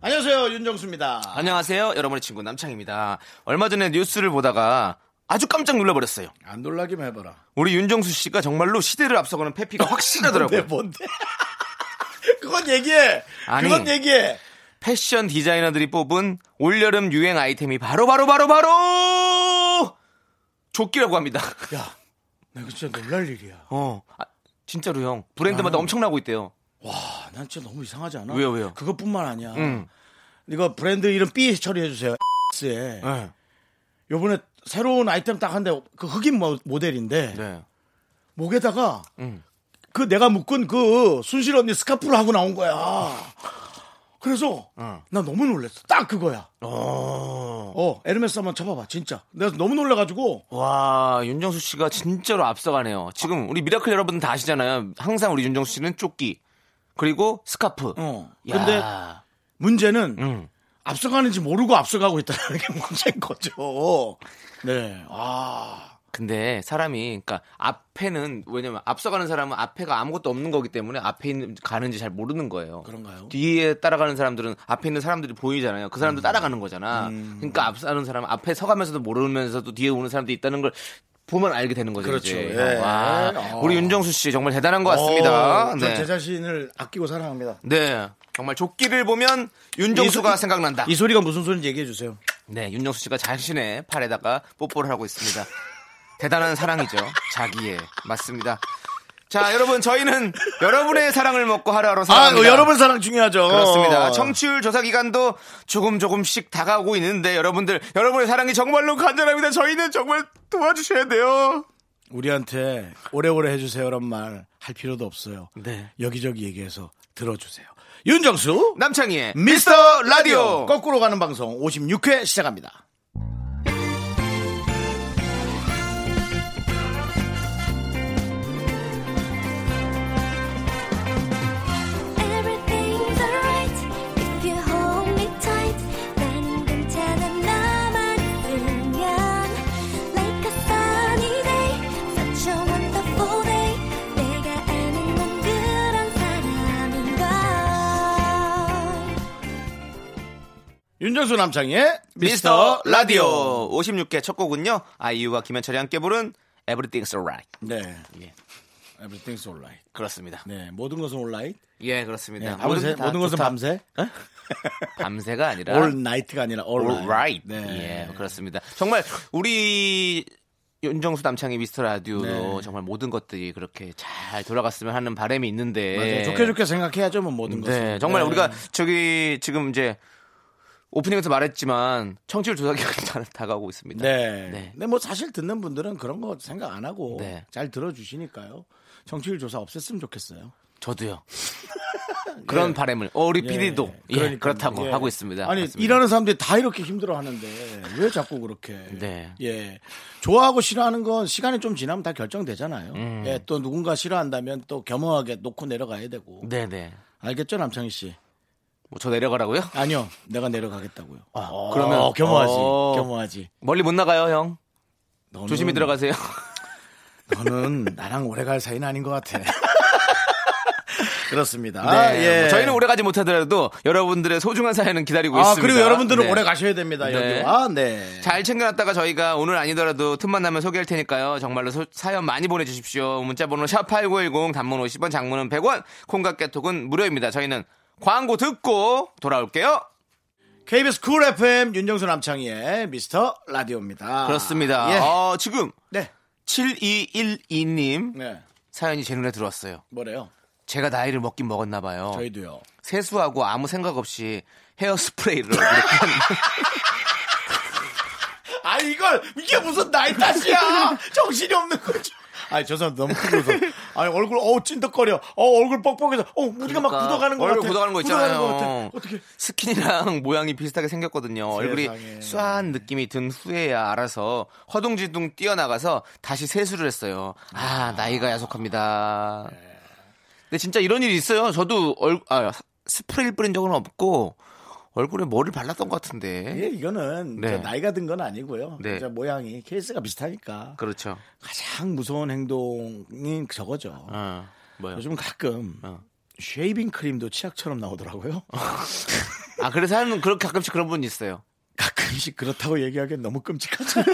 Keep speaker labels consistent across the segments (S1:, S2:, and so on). S1: 안녕하세요 윤정수입니다.
S2: 아, 안녕하세요. 여러분의 친구 남창입니다. 얼마 전에 뉴스를 보다가 아주 깜짝 놀라버렸어요.
S1: 안 놀라기만 해봐라.
S2: 우리 윤정수 씨가 정말로 시대를 앞서가는 패피가
S1: 네
S2: 확실하더라고요.
S1: 뭔데? 그건 얘기해.
S2: 아니.
S1: 그건 얘기해.
S2: 패션 디자이너들이 뽑은 올여름 유행 아이템이 바로 바로 바로 바로 조끼라고 합니다.
S1: 야, 나 이거 진짜 놀랄 일이야.
S2: 어, 아, 진짜로 형 브랜드마다
S1: 나는-
S2: 엄청나고 있대요.
S1: 와, 아, 난 진짜 너무 이상하지 않아?
S2: 왜요, 왜요?
S1: 그것뿐만 아니야.
S2: 음.
S1: 이거 브랜드 이름 B 처리해 주세요. X에
S2: 네.
S1: 요번에 새로운 아이템 딱 한데 그 흑인 모- 모델인데
S2: 네.
S1: 목에다가
S2: 음.
S1: 그 내가 묶은 그 순실 언니 스카프를 하고 나온 거야. 그래서
S2: 어.
S1: 나 너무 놀랐어. 딱 그거야.
S2: 어.
S1: 어, 에르메스 한번 쳐봐봐, 진짜. 내가 너무 놀라가지고
S2: 와, 윤정수 씨가 진짜로 앞서가네요. 지금 우리 미라클 여러분 다 아시잖아요. 항상 우리 윤정수 씨는 조끼 그리고 스카프.
S1: 어.
S2: 야.
S1: 근데 문제는
S2: 음.
S1: 앞서가는지 모르고 앞서가고 있다는 게 문제인 거죠. 네. 아.
S2: 근데 사람이 그러니까 앞에는 왜냐면 앞서가는 사람은 앞에가 아무것도 없는 거기 때문에 앞에 있는 가는지 잘 모르는 거예요.
S1: 그런가요?
S2: 뒤에 따라가는 사람들은 앞에 있는 사람들이 보이잖아요. 그
S1: 음.
S2: 사람들 따라가는 거잖아. 그러니까 앞서는 사람은 앞에 서가면서도 모르면서도 뒤에 오는 사람들이 있다는 걸 보면 알게 되는 거죠.
S1: 그렇죠.
S2: 이제.
S1: 예.
S2: 와,
S1: 어.
S2: 우리 윤정수 씨 정말 대단한 것 같습니다.
S1: 어,
S2: 네.
S1: 저제 자신을 아끼고 사랑합니다.
S2: 네. 정말 조끼를 보면 윤정수가
S1: 이 소-
S2: 생각난다.
S1: 이 소리가 무슨 소리인지 얘기해 주세요.
S2: 네, 윤정수 씨가 자신의 팔에다가 뽀뽀를 하고 있습니다. 대단한 사랑이죠. 자기의. 맞습니다. 자, 여러분, 저희는 여러분의 사랑을 먹고 하루하루
S1: 아,
S2: 살아갑니다. 어,
S1: 여러분 사랑 어. 중요하죠.
S2: 그렇습니다. 청취율 조사 기간도 조금 조금씩 다가오고 있는데 여러분들 여러분의 사랑이 정말로 간절합니다. 저희는 정말 도와주셔야 돼요.
S1: 우리한테 오래오래 해주세요란 말 할 필요도 없어요.
S2: 네.
S1: 여기저기 얘기해서 들어주세요. 윤정수
S2: 남창희의
S1: 음, 미스터
S2: 라디오.
S1: 거꾸로 가는 방송 56회 시작합니다.
S3: Everything's alright if you hold me tight. 난 괜찮아 나만 있으면 like a sunny day, such a wonderful day. 내가 아는 건 그런 사람인걸.
S1: 윤정수 남창의
S2: 미스터 라디오 56회 첫 곡은요. 아이유와 김현철이 함께 부른 Everything's Alright.
S1: 네.
S2: 예.
S1: Everything's alright.
S2: 그렇습니다.
S1: 네, 모든 것은 alright.
S2: 예, 그렇습니다.
S1: 네, 밤새,
S2: 다
S1: 모든 것은
S2: 아, 좋다.
S1: 밤새. 네.
S2: 밤새가 아니라
S1: all night가 아니라 all
S2: All right.
S1: right. 네.
S2: 예, 그렇습니다. 정말 우리 윤정수 남창희 미스터
S1: 네.
S2: 라디오도 정말 모든 것들이 그렇게 잘 돌아갔으면 하는 바람이 있는데
S1: 맞아요. 좋게 좋게 생각해야죠, 뭐 모든
S2: 예. 네,
S1: 것은.
S2: 정말
S1: 네.
S2: 우리가 저기 지금 이제 오프닝에서 말했지만 청취율 조사 기간이 다- 다가오고 있습니다.
S1: 네.
S2: 네.
S1: 근데 뭐 사실 듣는 분들은 그런 거 생각 안 하고
S2: 네.
S1: 잘 들어주시니까요. 정치율 조사 없앴으면 좋겠어요.
S2: 저도요. 그런 바람을 어, 우리 PD도
S1: 네. 예. 그러니까요.
S2: 그렇다고
S1: 예.
S2: 하고 있습니다.
S1: 아니
S2: 맞습니다.
S1: 일하는 사람들이 다 이렇게 힘들어하는데 왜 자꾸 그렇게?
S2: 네.
S1: 예, 좋아하고 싫어하는 건 시간이 좀 지나면 다 결정되잖아요.
S2: 음.
S1: 예, 또 누군가 싫어한다면 또 겸허하게 놓고 내려가야 되고.
S2: 네, 네.
S1: 알겠죠, 남창희 씨?
S2: 뭐저 내려가라고요?
S1: 아니요, 내가 내려가겠다고요. 어,
S2: 그러면-
S1: 겸허하지,
S2: 어.
S1: 겸허하지.
S2: 멀리 못 나가요, 형.
S1: 너는-
S2: 조심히 들어가세요.
S1: 너는 나랑 오래 갈 사이는 아닌 것 같아. 그렇습니다. 아,
S2: 네. 뭐 저희는 오래 가지 못하더라도 여러분들의 소중한 사연은 기다리고
S1: 예. 아,
S2: 있습니다.
S1: 그리고 여러분들은
S2: 네.
S1: 오래 가셔야 됩니다.
S2: 네.
S1: 여기. 아, 네.
S2: 잘 챙겨놨다가 저희가 오늘 아니더라도 틈만 나면 소개할 테니까요. 정말로 소- 사연 많이 보내주십시오. 문자번호 샵8910 단문 50원 장문은 100원 콩깍개톡은 무료입니다. 저희는 광고 듣고 돌아올게요.
S1: KBS 쿨 FM 윤정수 남창희의 미스터 라디오입니다.
S2: 그렇습니다.
S1: 예.
S2: 어, 지금
S1: 네.
S2: 7212님
S1: 네.
S2: 사연이 제 눈에 들어왔어요.
S1: 뭐래요?
S2: 제가 나이를 먹긴 먹었나 봐요.
S1: 저희도요.
S2: 세수하고 아무 생각 없이 헤어스프레이를 이렇게 하는
S1: 아, 이걸, 이게 무슨 나이 탓이야! 정신이 없는 거죠. 아, 죄송합니다. 너무 크게 웃어. 아니, 얼굴, 어우, 찐득거려. 어, 얼굴 뻑뻑해서, 어, 우리가 막 굳어가는 거 같아.
S2: 그러니까 얼굴 굳어가는 거 있잖아요.
S1: 어떻게.
S2: 스킨이랑 모양이 비슷하게 생겼거든요. 얼굴이
S1: 세상에.
S2: 쏴한 느낌이 든 후에야 알아서 허둥지둥 뛰어나가서 다시 세수를 했어요. 아, 나이가 야속합니다. 근데 진짜 이런 일이 있어요. 저도 얼, 아, 스프레이 뿌린 적은 없고 얼굴에 뭐를 발랐던 것 같은데.
S1: 예, 이거는
S2: 네.
S1: 저 나이가 든 건 아니고요.
S2: 네.
S1: 저 모양이 케이스가 비슷하니까
S2: 그렇죠.
S1: 가장 무서운 행동이 저거죠.
S2: 어, 뭐요?
S1: 요즘 가끔
S2: 어.
S1: 쉐이빙 크림도 치약처럼 나오더라고요.
S2: 아, 그래서 하는 그런 가끔씩 그런 분이 있어요.
S1: 가끔씩 그렇다고 얘기하기엔 너무 끔찍하죠.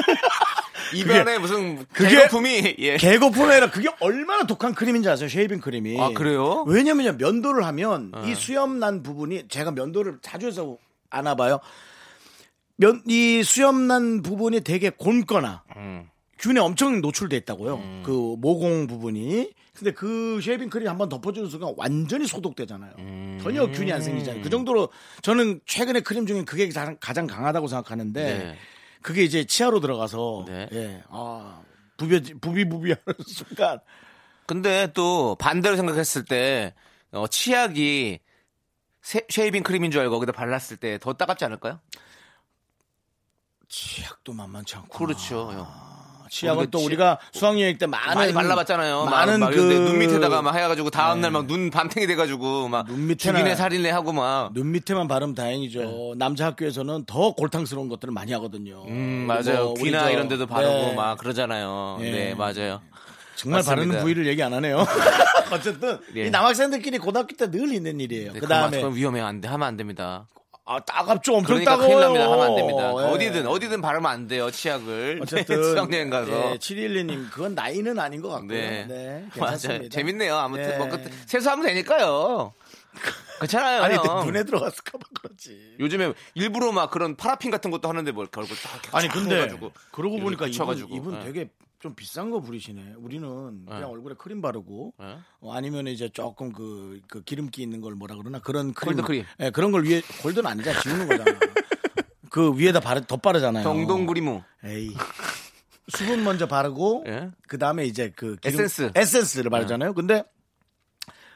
S2: 입안에 무슨
S1: 그게-
S2: 개거품이 예.
S1: 개고품이 아니라 그게 얼마나 독한 크림인지 아세요? 쉐이빙 크림이.
S2: 아, 그래요?
S1: 왜냐면 면도를 하면
S2: 어.
S1: 이 수염 난 부분이 제가 면도를 자주 해서 아나 봐요. 면, 이 수염 난 부분이 되게 곪거나
S2: 음.
S1: 균에 엄청 노출돼 있다고요. 그 모공 부분이. 근데 그 쉐이빙 크림 한번 덮어주는 순간 완전히 소독되잖아요.
S2: 음.
S1: 전혀 균이 안 생기잖아요. 그 정도로 저는 최근에 크림 중에 그게 가장, 가장 강하다고 생각하는데
S2: 네.
S1: 그게 이제 치아로 들어가서
S2: 네.
S1: 예, 아 부비 부비 부비하는 순간
S2: 근데 또 반대로 생각했을 때 어, 치약이 세- 쉐이빙 크림인 줄 알고 거기다 발랐을 때 더 따갑지 않을까요?
S1: 치약도 만만치 않고
S2: 그렇죠. 형.
S1: 치약은
S2: 우리가
S1: 또
S2: 치-
S1: 우리가 수학여행 때 많은
S2: 많이 발라봤잖아요.
S1: 많은
S2: 막, 막
S1: 그
S2: 이런데 눈 밑에다가 막 해가지고 다음 날 막 눈 밤탱이 돼가지고 막
S1: 눈 밑에나-
S2: 죽이네 살인네 하고 막
S1: 눈 밑에만 바르면 다행이죠. 남자 학교에서는 더 골탕스러운 것들을 많이 하거든요.
S2: 네. 음,
S1: 그리고
S2: 맞아요.
S1: 우리
S2: 귀나
S1: 저-
S2: 이런 데도 바르고
S1: 네,
S2: 막 그러잖아요.
S1: 예.
S2: 네, 맞아요.
S1: 정말
S2: 맞습니다.
S1: 바르는 부위를 얘기 안 하네요. 어쨌든
S2: 예.
S1: 이 남학생들끼리 고등학교 때 늘 있는 일이에요.
S2: 네,
S1: 그 다음에
S2: 그건 위험해요. 안 돼. 하면 안 됩니다.
S1: 아 따갑죠. 엄청
S2: 그러니까
S1: 따가워요.
S2: 큰일 납니다. 하면 안 됩니다.
S1: 예.
S2: 어디든 어디든 바르면 안 돼요. 치약을.
S1: 어쨌든
S2: 수학여행 가서.
S1: 예, 712님 그건 나이는 아닌 것 같고요.
S2: 네.
S1: 네, 괜찮습니다.
S2: 맞아요. 재밌네요. 아무튼
S1: 예.
S2: 뭐 끝, 세수하면 되니까요. 괜찮아요.
S1: 아니
S2: 형.
S1: 근데 눈에 들어갔을까봐 그렇지.
S2: 요즘에 일부러 막 그런 파라핀 같은 것도 하는데 뭘 얼굴 딱 이렇게
S1: 아니
S2: 쫙
S1: 근데
S2: 해가지고
S1: 그러고
S2: 이렇게
S1: 보니까 이분,
S2: 붙여가지고.
S1: 이분
S2: 예.
S1: 되게 좀 비싼 거 부리시네. 우리는 그냥
S2: 예.
S1: 얼굴에 크림 바르고
S2: 예.
S1: 어, 아니면 이제 조금 그, 그 기름기 있는 걸 뭐라 그러나 그런 크림,
S2: 골드 크림.
S1: 예, 그런 걸 위에 골드는 아니잖아 지우는 거잖아. 그 위에다 바르 덧바르잖아요.
S2: 정동구리무
S1: 에이. 수분 먼저 바르고
S2: 예.
S1: 그 다음에 이제 그
S2: 에센스. 예.
S1: 에센스를 바르잖아요. 근데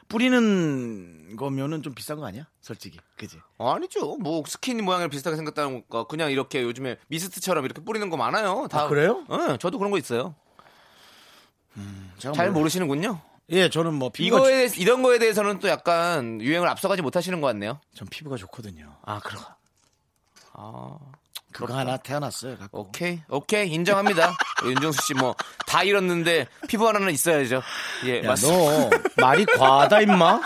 S1: 뿌리는 거면은 좀 비싼 거 아니야? 솔직히 그지?
S2: 아니죠 뭐 스킨 모양이 비슷하게 생겼다는 거 그냥 이렇게 요즘에 미스트처럼 이렇게 뿌리는 거 많아요 다
S1: 아, 그래요?
S2: 예, 저도 그런 거 있어요
S1: 제가
S2: 잘
S1: 몰라.
S2: 모르시는군요
S1: 뭐 예, 저는 뭐 피부가
S2: 이거에 대해서- 이런 거에 대해서는 또 약간 유행을 앞서가지 못하시는 것 같네요
S1: 좋- 전 피부가 좋거든요.
S2: 아 그럼
S1: 그거 하나 태어났어요. 갖고.
S2: 오케이 오케이 인정합니다 우리 윤정수 씨 뭐 다 잃었는데 피부 하나는 있어야죠 예
S1: 야, 너
S2: 맞습니다
S1: 말이 과하다 임마.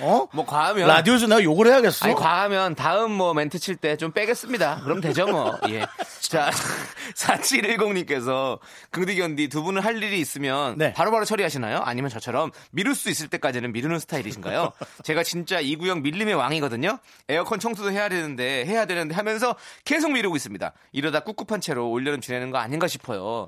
S1: 어?
S2: 뭐 과하면
S1: 라디오에서 내가 욕을 해야겠어.
S2: 아니 과하면 다음 뭐 멘트 칠 때 좀 빼겠습니다. 그럼 되죠 뭐. 예. 자 4710님께서 긍디견디 두 분은 할 일이 있으면
S1: 네.
S2: 바로바로 처리하시나요? 아니면 저처럼 미룰 수 있을 때까지는 미루는 스타일이신가요? 제가 진짜 이구형 밀림의 왕이거든요. 에어컨 청소도 해야 되는데 해야 되는데 하면서 계속 미루고 있습니다. 이러다 꿉꿉한 채로 올여름 지내는 거 아닌가 싶어요.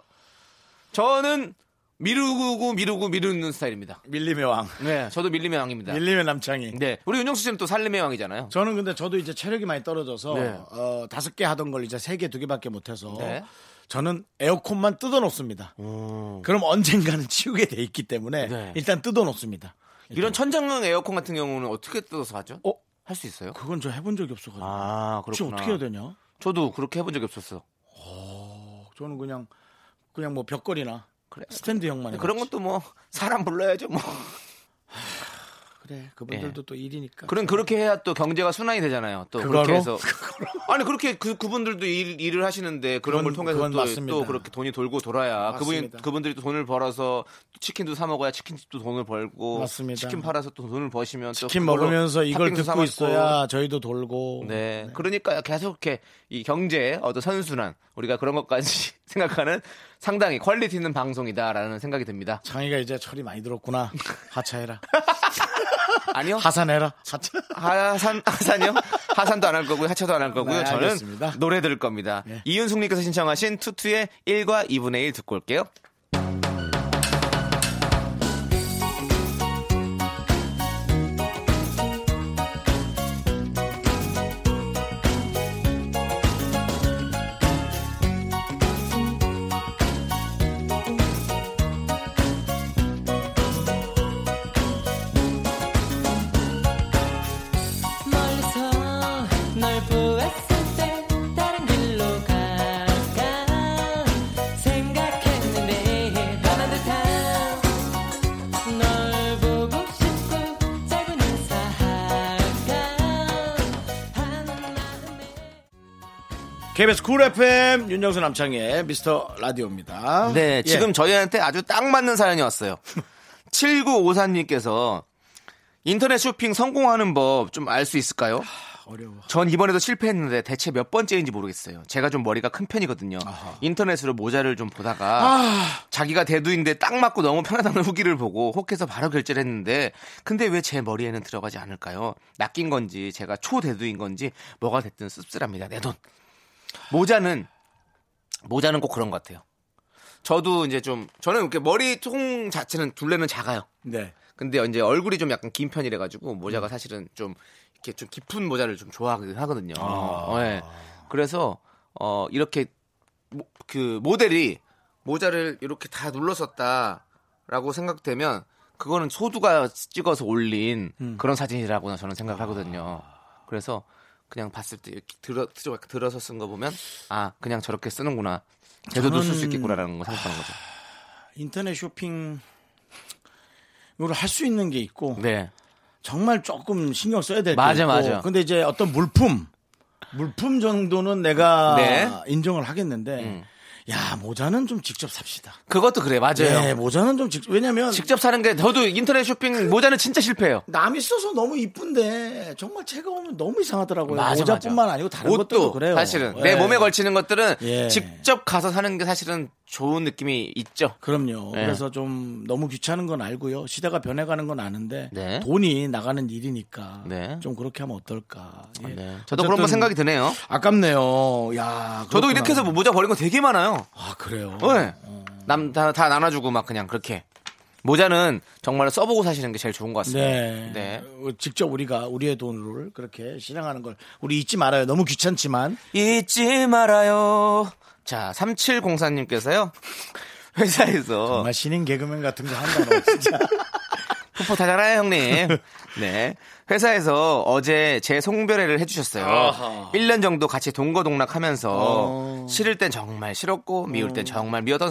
S2: 저는 미루고 미루고 미루는 스타일입니다.
S1: 밀림의 왕,
S2: 네, 저도 밀림의 왕입니다.
S1: 밀림의 남창이.
S2: 네, 우리 윤정수 씨는 또 살림의 왕이잖아요.
S1: 음. 저는 근데 저도 이제 체력이 많이 떨어져서
S2: 네.
S1: 어, 다섯 개 하던 걸 이제 세 개, 두 개밖에 못해서
S2: 네. 음.
S1: 저는 에어컨만 뜯어 놓습니다. 그럼 언젠가는 치우게 돼 있기 때문에
S2: 네.
S1: 일단 뜯어 놓습니다.
S2: 이런 천장형 에어컨 같은 경우는 어떻게 뜯어서 하죠?
S1: 어?
S2: 할 수 있어요?
S1: 그건 저 해본 적이 없어가지고
S2: 아,
S1: 혹시
S2: 그렇구나.
S1: 어떻게 해야 되냐?
S2: 저도 그렇게 해본 적이 없었어.
S1: 어, 저는 그냥 그냥 뭐 벽걸이나
S2: 그래.
S1: 스탠드형만
S2: 그런 것도 뭐 사람 불러야죠, 뭐.
S1: 그래 그분들도 또 일이니까
S2: 네. 그런 그렇게 해야 또 경제가 순환이 되잖아요. 또
S1: 그거로?
S2: 그렇게 해서 아니 그렇게 그 그분들도 일, 일을 하시는데 그런
S1: 그건-
S2: 걸 통해서
S1: 그건
S2: 또,
S1: 맞습니다.
S2: 또 그렇게 돈이 돌고 돌아야 그분
S1: 맞습니다.
S2: 그분들이 또 돈을 벌어서 치킨도 사 먹어야 치킨집도 돈을 벌고
S1: 맞습니다.
S2: 치킨 팔아서 또 돈을 버시면 또
S1: 치킨
S2: 그걸로
S1: 먹으면서 이걸
S2: 팥빙수 사
S1: 듣고
S2: 먹고.
S1: 있어야 저희도 돌고
S2: 네. 그러니까 계속 이렇게 이 경제의 어떤 선순환, 우리가 그런 것까지 생각하는 상당히 퀄리티 있는 방송이다라는 생각이 듭니다.
S1: 장이가 이제 철이 많이 들었구나 하차해라
S2: 아니요.
S1: 하산해라 하차
S2: 하산, 하산이요? 하산도 안 할 거고요. 하차도 안 할 거고요.
S1: 네,
S2: 저는
S1: 알겠습니다.
S2: 노래 들을 겁니다.
S1: 네.
S2: 이윤숙님께서 신청하신 투투의 1과 2분의 1 듣고 올게요.
S3: 넌
S1: KBS 쿨 FM 윤정수 남창의 미스터 라디오입니다.
S2: 네,
S1: 예.
S2: 지금 저희한테 아주 딱 맞는 사연이 왔어요. 7954님께서 인터넷 쇼핑 성공하는 법 좀 알 수 있을까요?
S1: 어려워.
S2: 전 이번에도 실패했는데 대체 몇 번째인지 모르겠어요. 제가 좀 머리가 큰 편이거든요. 인터넷으로 모자를 좀 보다가
S1: 아.
S2: 자기가 대두인데 딱 맞고 너무 편하다는 후기를 보고 혹해서 바로 결제를 했는데 근데 왜 제 머리에는 들어가지 않을까요? 낚인 건지 제가 초대두인 건지 뭐가 됐든 씁쓸합니다. 내 돈. 모자는 모자는 꼭 그런 것 같아요. 저도 이제 좀 저는 이렇게 머리통 자체는 둘레는 작아요.
S1: 네.
S2: 근데 이제 얼굴이 좀 약간 긴 편이라 가지고 모자가 사실은 좀 이렇게 좀 깊은 모자를 좀 좋아하긴 하거든요. 어, 예. 그래서 어 이렇게 모- 그 모델이 모자를 이렇게 다 눌러 썼다라고 생각되면 그거는 소두가 찍어서 올린 그런 사진이라고나 저는 생각하거든요. 그래서 그냥 봤을 때 이렇게 들어 들어- 들어서 쓴 거 보면 아 그냥 저렇게 쓰는구나 제도도 쓸 수 있겠구나라는 거 생각하는 거죠.
S1: 인터넷 쇼핑 이걸 할 수 있는 게 있고
S2: 네.
S1: 정말 조금 신경 써야 될게
S2: 맞아,
S1: 있고
S2: 맞아.
S1: 근데 이제 어떤 물품 물품 정도는 내가
S2: 네. 음.
S1: 인정을 하겠는데 야 모자는 좀 직접 삽시다.
S2: 그것도 그래 맞아요.
S1: 네, 모자는 좀 직접 왜냐면
S2: 직접 사는 게 저도 인터넷 쇼핑 모자는 진짜 실패해요.
S1: 남이 써서 너무 이쁜데 정말 제가 오면 너무 이상하더라고요.
S2: 맞아,
S1: 모자뿐만
S2: 맞아.
S1: 아니고 다른
S2: 옷도
S1: 것도 그래요.
S2: 사실은
S1: 예.
S2: 내 몸에 걸치는 것들은
S1: 예.
S2: 직접 가서 사는 게 사실은 좋은 느낌이 있죠.
S1: 그럼요.
S2: 예.
S1: 그래서 좀 너무 귀찮은 건 알고요. 시대가 변해가는 건 아는데
S2: 네.
S1: 돈이 나가는 일이니까
S2: 네.
S1: 좀 그렇게 하면 어떨까. 예.
S2: 네. 저도 그런 거
S1: 어쨌든
S2: 생각이 드네요.
S1: 아깝네요. 야, 그렇구나.
S2: 저도
S1: 어.
S2: 이렇게 해서 모자 버린 거 되게 많아요.
S1: 아 그래요.
S2: 네. 남다 다 나눠주고 막 그냥 그렇게 모자는 정말 써보고 사시는 게 제일 좋은 것 같습니다.
S1: 네.
S2: 네.
S1: 어, 직접 우리가 우리의 돈으로 그렇게 실행하는 걸 우리 잊지 말아요. 너무 귀찮지만
S2: 잊지 말아요. 자, 3704님께서요. 회사에서
S1: 정말 신인 개그맨 같은 거 한다고 진짜.
S2: 푸푸 타잖아요, 형님. 네. 회사에서 어제 제 송별회를 해주셨어요. 1년 정도 같이 동거동락 하면서
S1: 어.
S2: 싫을 땐 정말 싫었고 미울 땐 정말 미웠던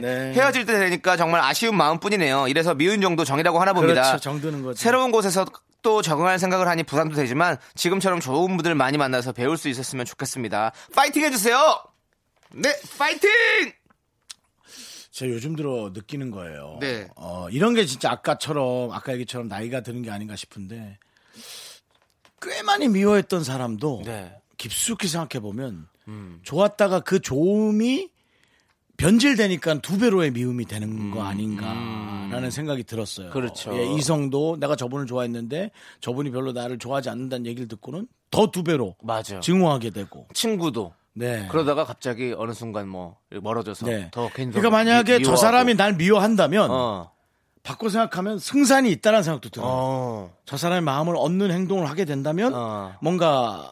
S1: 음. 네.
S2: 헤어질 때 되니까 정말 아쉬운 마음뿐이네요. 이래서 미운 정도 정이라고 하나 봅니다.
S1: 그렇죠. 정드는 거죠.
S2: 새로운 곳에서 또 적응할 생각을 하니 부담도 되지만 지금처럼 좋은 분들 많이 만나서 배울 수 있었으면 좋겠습니다. 파이팅 해주세요! 네, 파이팅!
S1: 제가 요즘 들어 느끼는 거예요.
S2: 네.
S1: 어, 이런 게 진짜 아까처럼 아까 얘기처럼 나이가 드는 게 아닌가 싶은데 꽤 많이 미워했던 사람도
S2: 네. 음.
S1: 깊숙이 생각해 보면 좋았다가 그 좋음이 변질되니까 두 배로의 미움이 되는 거 아닌가라는 생각이 들었어요.
S2: 음. 그렇죠.
S1: 예, 이성도 내가 저분을 좋아했는데 저분이 별로 나를 좋아하지 않는다는 얘기를 듣고는 더 두 배로
S2: 맞아요.
S1: 증오하게 되고.
S2: 친구도
S1: 네.
S2: 그러다가 갑자기 어느 순간 뭐 멀어져서
S1: 네.
S2: 더 괜히
S1: 그러니까 만약에 저 사람이 날 미워한다면
S2: 어.
S1: 바꿔 생각하면 승산이 있다는 생각도 들어요.
S2: 어.
S1: 저 사람의 마음을 얻는 행동을 하게 된다면
S2: 어.
S1: 뭔가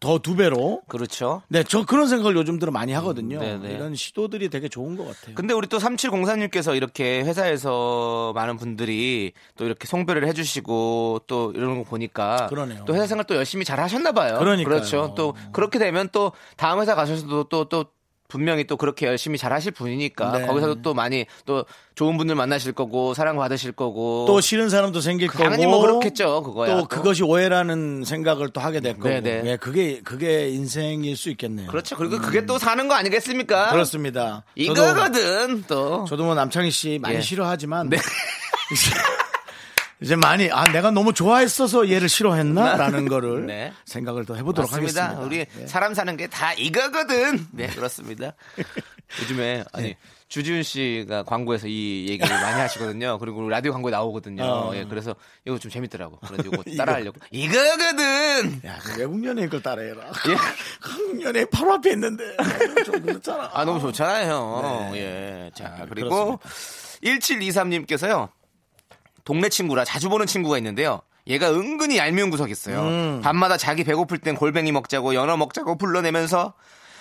S1: 더 두 배로
S2: 그렇죠.
S1: 네, 저 그런 생각을 요즘 들어 많이 하거든요.
S2: 음, 네네.
S1: 이런 시도들이 되게 좋은 것 같아요.
S2: 근데 우리 또 3704님께서 이렇게 회사에서 많은 분들이 또 이렇게 송별을 해주시고 또 이런 거 보니까
S1: 그러네요.
S2: 또 회사 생활 또 열심히 잘 하셨나 봐요.
S1: 그러니까요. 어.
S2: 그렇죠. 또 그렇게 되면 또 다음 회사 가셔서도 또 또 분명히 또 그렇게 열심히 잘 하실 분이니까
S1: 네.
S2: 거기서도 또 많이 또 좋은 분들 만나실 거고 사랑 받으실 거고
S1: 또 싫은 사람도 생길 거고
S2: 뭐 당연히 뭐 그렇겠죠, 그거야,
S1: 또
S2: 또. 음,
S1: 그것이 오해라는 생각을 또 하게 될 거고
S2: 네네.
S1: 예, 그게 그게 인생일 수 있겠네요.
S2: 그렇죠. 그리고 그게 또 사는 거 아니겠습니까?
S1: 습니다
S2: 이거거든 또.
S1: 저도 뭐 남창희 씨 많이
S2: 예.
S1: 싫어하지만 이제 많이 아 내가 너무 좋아했어서 얘를 싫어했나라는 거를
S2: 네.
S1: 생각을 더 해보도록
S2: 그렇습니다.
S1: 하겠습니다.
S2: 우리
S1: 예.
S2: 사람 사는 게 다 이거거든. 네, 그렇습니다. 네. 요즘에 아니 주지훈 씨가 광고에서 이 얘기를 많이 하시거든요. 그리고 라디오 광고에 나오거든요.
S1: 어.
S2: 예, 그래서 이거 좀 재밌더라고. 그래서 이거 따라하려고. 이거거든.
S1: 야, 그 외국 연예인 걸 따라해라.
S2: 예.
S1: 한국 연예인 바로 앞에 있는데 좀 그렇잖아.
S2: 아 너무 좋잖아요. 예. 자 그리고
S1: 네. 그렇습니다.
S2: 1723님께서요. 동네 친구라 자주 보는 친구가 있는데요. 얘가 은근히 얄미운 구석이 있어요.
S1: 음.
S2: 밤마다 자기 배고플 땐 골뱅이 먹자고 연어 먹자고 불러내면서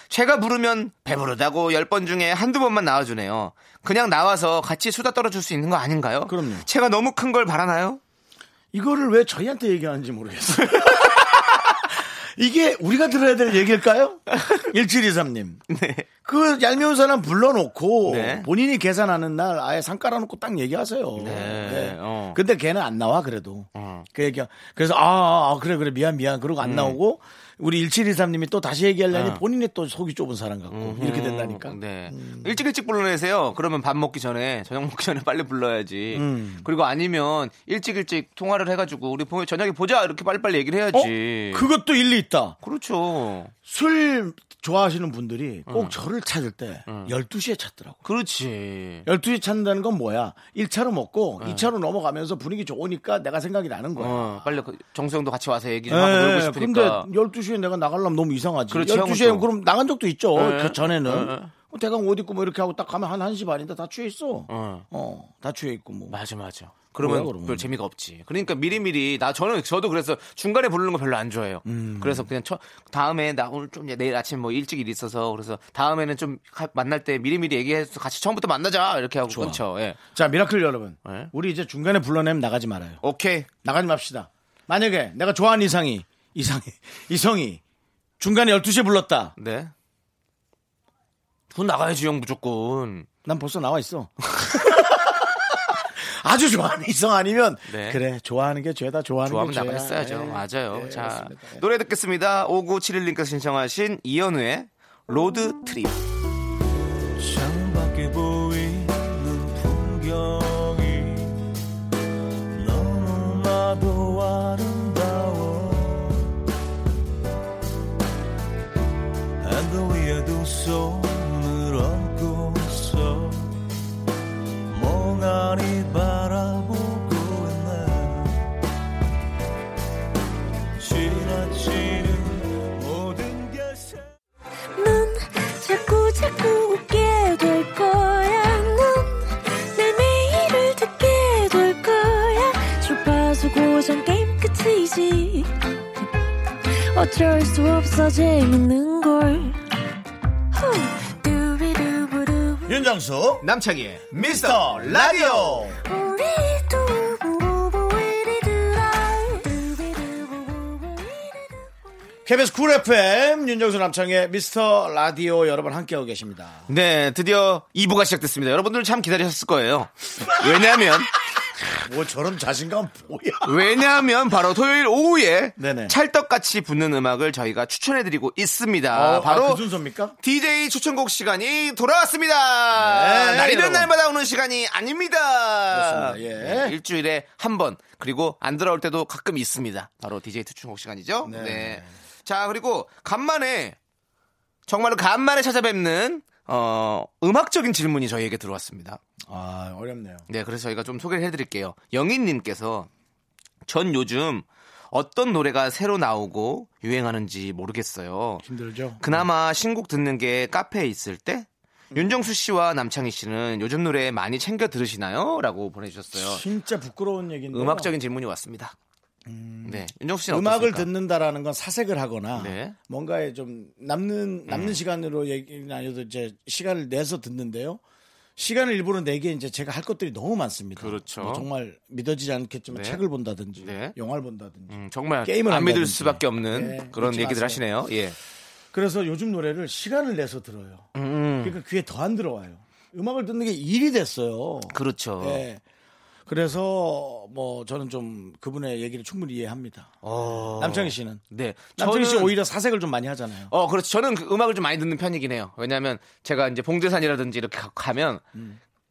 S2: 제가 부르면 배부르다고 10번 중에 한두 번만 나와주네요. 그냥 나와서 같이 수다 떨어줄 수 있는 거 아닌가요?
S1: 그럼요.
S2: 제가 너무 큰 걸 바라나요?
S1: 이거를 왜 저희한테 얘기하는지 모르겠어요. 이게 우리가 들어야 될 얘기일까요? 1723님. 그 얄미운 사람 불러놓고
S2: 네.
S1: 본인이 계산하는 날 아예 상 깔아놓고 딱 얘기하세요.
S2: 네, 어.
S1: 근데 걔는 안 나와 그래도. 그 얘기 그래서 아, 아, 아, 그래 그래 미안 미안 그러고 안 나오고 우리 1723님이 또 다시 얘기하려니
S2: 음. 어. 음.
S1: 본인이 또 속이 좁은 사람 같고 이렇게 된다니까. 음.
S2: 네. 일찍 일찍 불러내세요. 그러면 밥 먹기 전에 저녁 먹기 전에 빨리 불러야지.
S1: 음.
S2: 그리고 아니면 일찍 일찍 통화를 해가지고 우리 보- 저녁에 보자 이렇게 빨리빨리 얘기를
S1: 어?
S2: 해야지.
S1: 그것도 일리 있다.
S2: 그렇죠.
S1: 술 좋아하시는 분들이
S2: 어.
S1: 꼭 저를 찾을 때 12시에 찾더라고.
S2: 그렇지.
S1: 12시 찾는다는 건 뭐야? 1차로 먹고
S2: 네.
S1: 2차로 넘어가면서 분위기 좋으니까 내가 생각이 나는 거야.
S2: 어, 빨리 그 정수영도 같이 와서 얘기 좀 하고 놀고
S1: 예, 근데
S2: 싶으니까.
S1: 12시에 내가 나가려면 너무 이상하지.
S2: 그렇지,
S1: 12시에
S2: 형은 또.
S1: 그럼 나간 적도 있죠.
S2: 예.
S1: 그 전에는.
S2: 예.
S1: 뭐 대강 옷 입고 뭐 이렇게 하고 딱 가면 한 1시 반인데 다 취해 있어.
S2: 어.
S1: 어, 다 취해 있고 뭐.
S2: 맞아 맞아. 그러면
S1: 뭐야, 그러면?
S2: 별 재미가 없지. 그러니까 미리미리 나 저는 저도 그래서 중간에 부르는 거 별로 안 좋아해요.
S1: 음.
S2: 그래서 그냥 처, 다음에 나 오늘 좀 내일 아침 뭐 일찍 일이 있어서 그래서 다음에는 좀 가- 만날 때 미리미리 얘기해서 같이 처음부터 만나자 이렇게 하고 끊죠. 예.
S1: 자, 미라클 여러분.
S2: 예.
S1: 우리 이제 중간에 불러내면 나가지 말아요.
S2: 오케이.
S1: 나가지 맙시다. 만약에 내가 좋아하는 이상이, 이상이, 이성이 중간에 12시에 불렀다.
S2: 네. 돈 나가야지 형 무조건.
S1: 난 벌써 나와 있어. 아주 좋아하는 이성 아니면
S2: 네.
S1: 그래 좋아하는 게 죄다 좋아하는
S2: 좋아하면
S1: 게 죄야.
S2: 나가있어야죠.
S1: 예.
S2: 맞아요.
S1: 예,
S2: 자
S1: 그렇습니다. 예.
S2: 노래 듣겠습니다. 5971님께서 신청하신 이현우의 로드 트립.
S4: 창밖에 보이는 풍경이 너무나도 아름다워 한도 위에 두 손을 얹고서 멍하니 바라보고 있네 지나치는 모든 게
S3: 넌 자꾸 자꾸 웃게 될 거야. 넌내 매일을 듣게 될 거야. 주파수 고정 게임 끝이지. 어쩔 수 없어 재밌는 걸. 후. 두비두부두.
S1: 윤정수
S2: 남창희의
S1: 미스터 라디오
S3: 우리 두부부부 우리 두라. 두비두부부부 우리 두라.
S1: KBS 쿨 FM 윤정수 남창의 미스터 라디오 여러분 함께하고 계십니다.
S2: 네, 드디어 2부가 시작됐습니다. 여러분들 참 기다리셨을 거예요. 왜냐하면
S1: 뭐 저런 자신감 뭐야?
S2: 왜냐하면 바로 토요일 오후에
S1: 네네.
S2: 찰떡같이 붙는 음악을 저희가 추천해드리고 있습니다.
S1: 어,
S2: 바로
S1: 아, 그 순서입니까?
S2: DJ 추천곡 시간이 돌아왔습니다.
S1: 네,
S2: 날이면
S1: 여러분.
S2: 날마다 오는 시간이 아닙니다.
S1: 그렇습니다. 예.
S2: 네, 일주일에 한 번, 그리고 안 돌아올 때도 가끔 있습니다. 바로 DJ 추천곡 시간이죠.
S1: 네.
S2: 네. 자, 그리고 간만에, 정말로 간만에 찾아뵙는, 어, 음악적인 질문이 저희에게 들어왔습니다.
S1: 아 어렵네요.
S2: 네, 그래서 저희가 좀 소개를 해드릴게요. 영인님께서 전 요즘 어떤 노래가 새로 나오고 유행하는지 모르겠어요.
S1: 힘들죠?
S2: 그나마 신곡 듣는 게 카페에 있을 때
S1: 음.
S2: 윤정수 씨와 남창희 씨는 요즘 노래 많이 챙겨 들으시나요? 라고 보내주셨어요.
S1: 진짜 부끄러운 얘기인데
S2: 음악적인 질문이 왔습니다. 네, 윤정수 씨는
S1: 음. 음악을
S2: 어떻습니까?
S1: 듣는다라는 건 사색을 하거나
S2: 네. 음.
S1: 뭔가에 좀 남는 남는 시간으로 얘기는 아니어도 이제 시간을 내서 듣는데요. 시간을 일부러 내기에 이제 제가 할 것들이 너무 많습니다.
S2: 그렇죠.
S1: 뭐 정말 믿어지지 않겠지만
S2: 네.
S1: 책을 본다든지
S2: 네.
S1: 영화를 본다든지
S2: 음, 정말
S1: 게임을
S2: 안 믿을
S1: 한다든지.
S2: 수밖에 없는
S1: 네,
S2: 그런
S1: 믿지
S2: 얘기들
S1: 마세요.
S2: 하시네요. 예.
S1: 그래서 요즘 노래를 시간을 내서 들어요.
S2: 음,
S1: 그러니까 귀에 더 안 들어와요. 음악을 듣는 게 일이 됐어요.
S2: 그렇죠.
S1: 예. 그래서 뭐 저는 좀 그분의 얘기를 충분히 이해합니다.
S2: 어.
S1: 남창희 씨는
S2: 네.
S1: 남창희 씨
S2: 저는-
S1: 오히려 사색을 좀 많이 하잖아요.
S2: 어, 그렇죠. 저는 그 음악을 좀 많이 듣는 편이긴 해요. 왜냐하면 제가 이제 봉제산이라든지 이렇게 가- 가면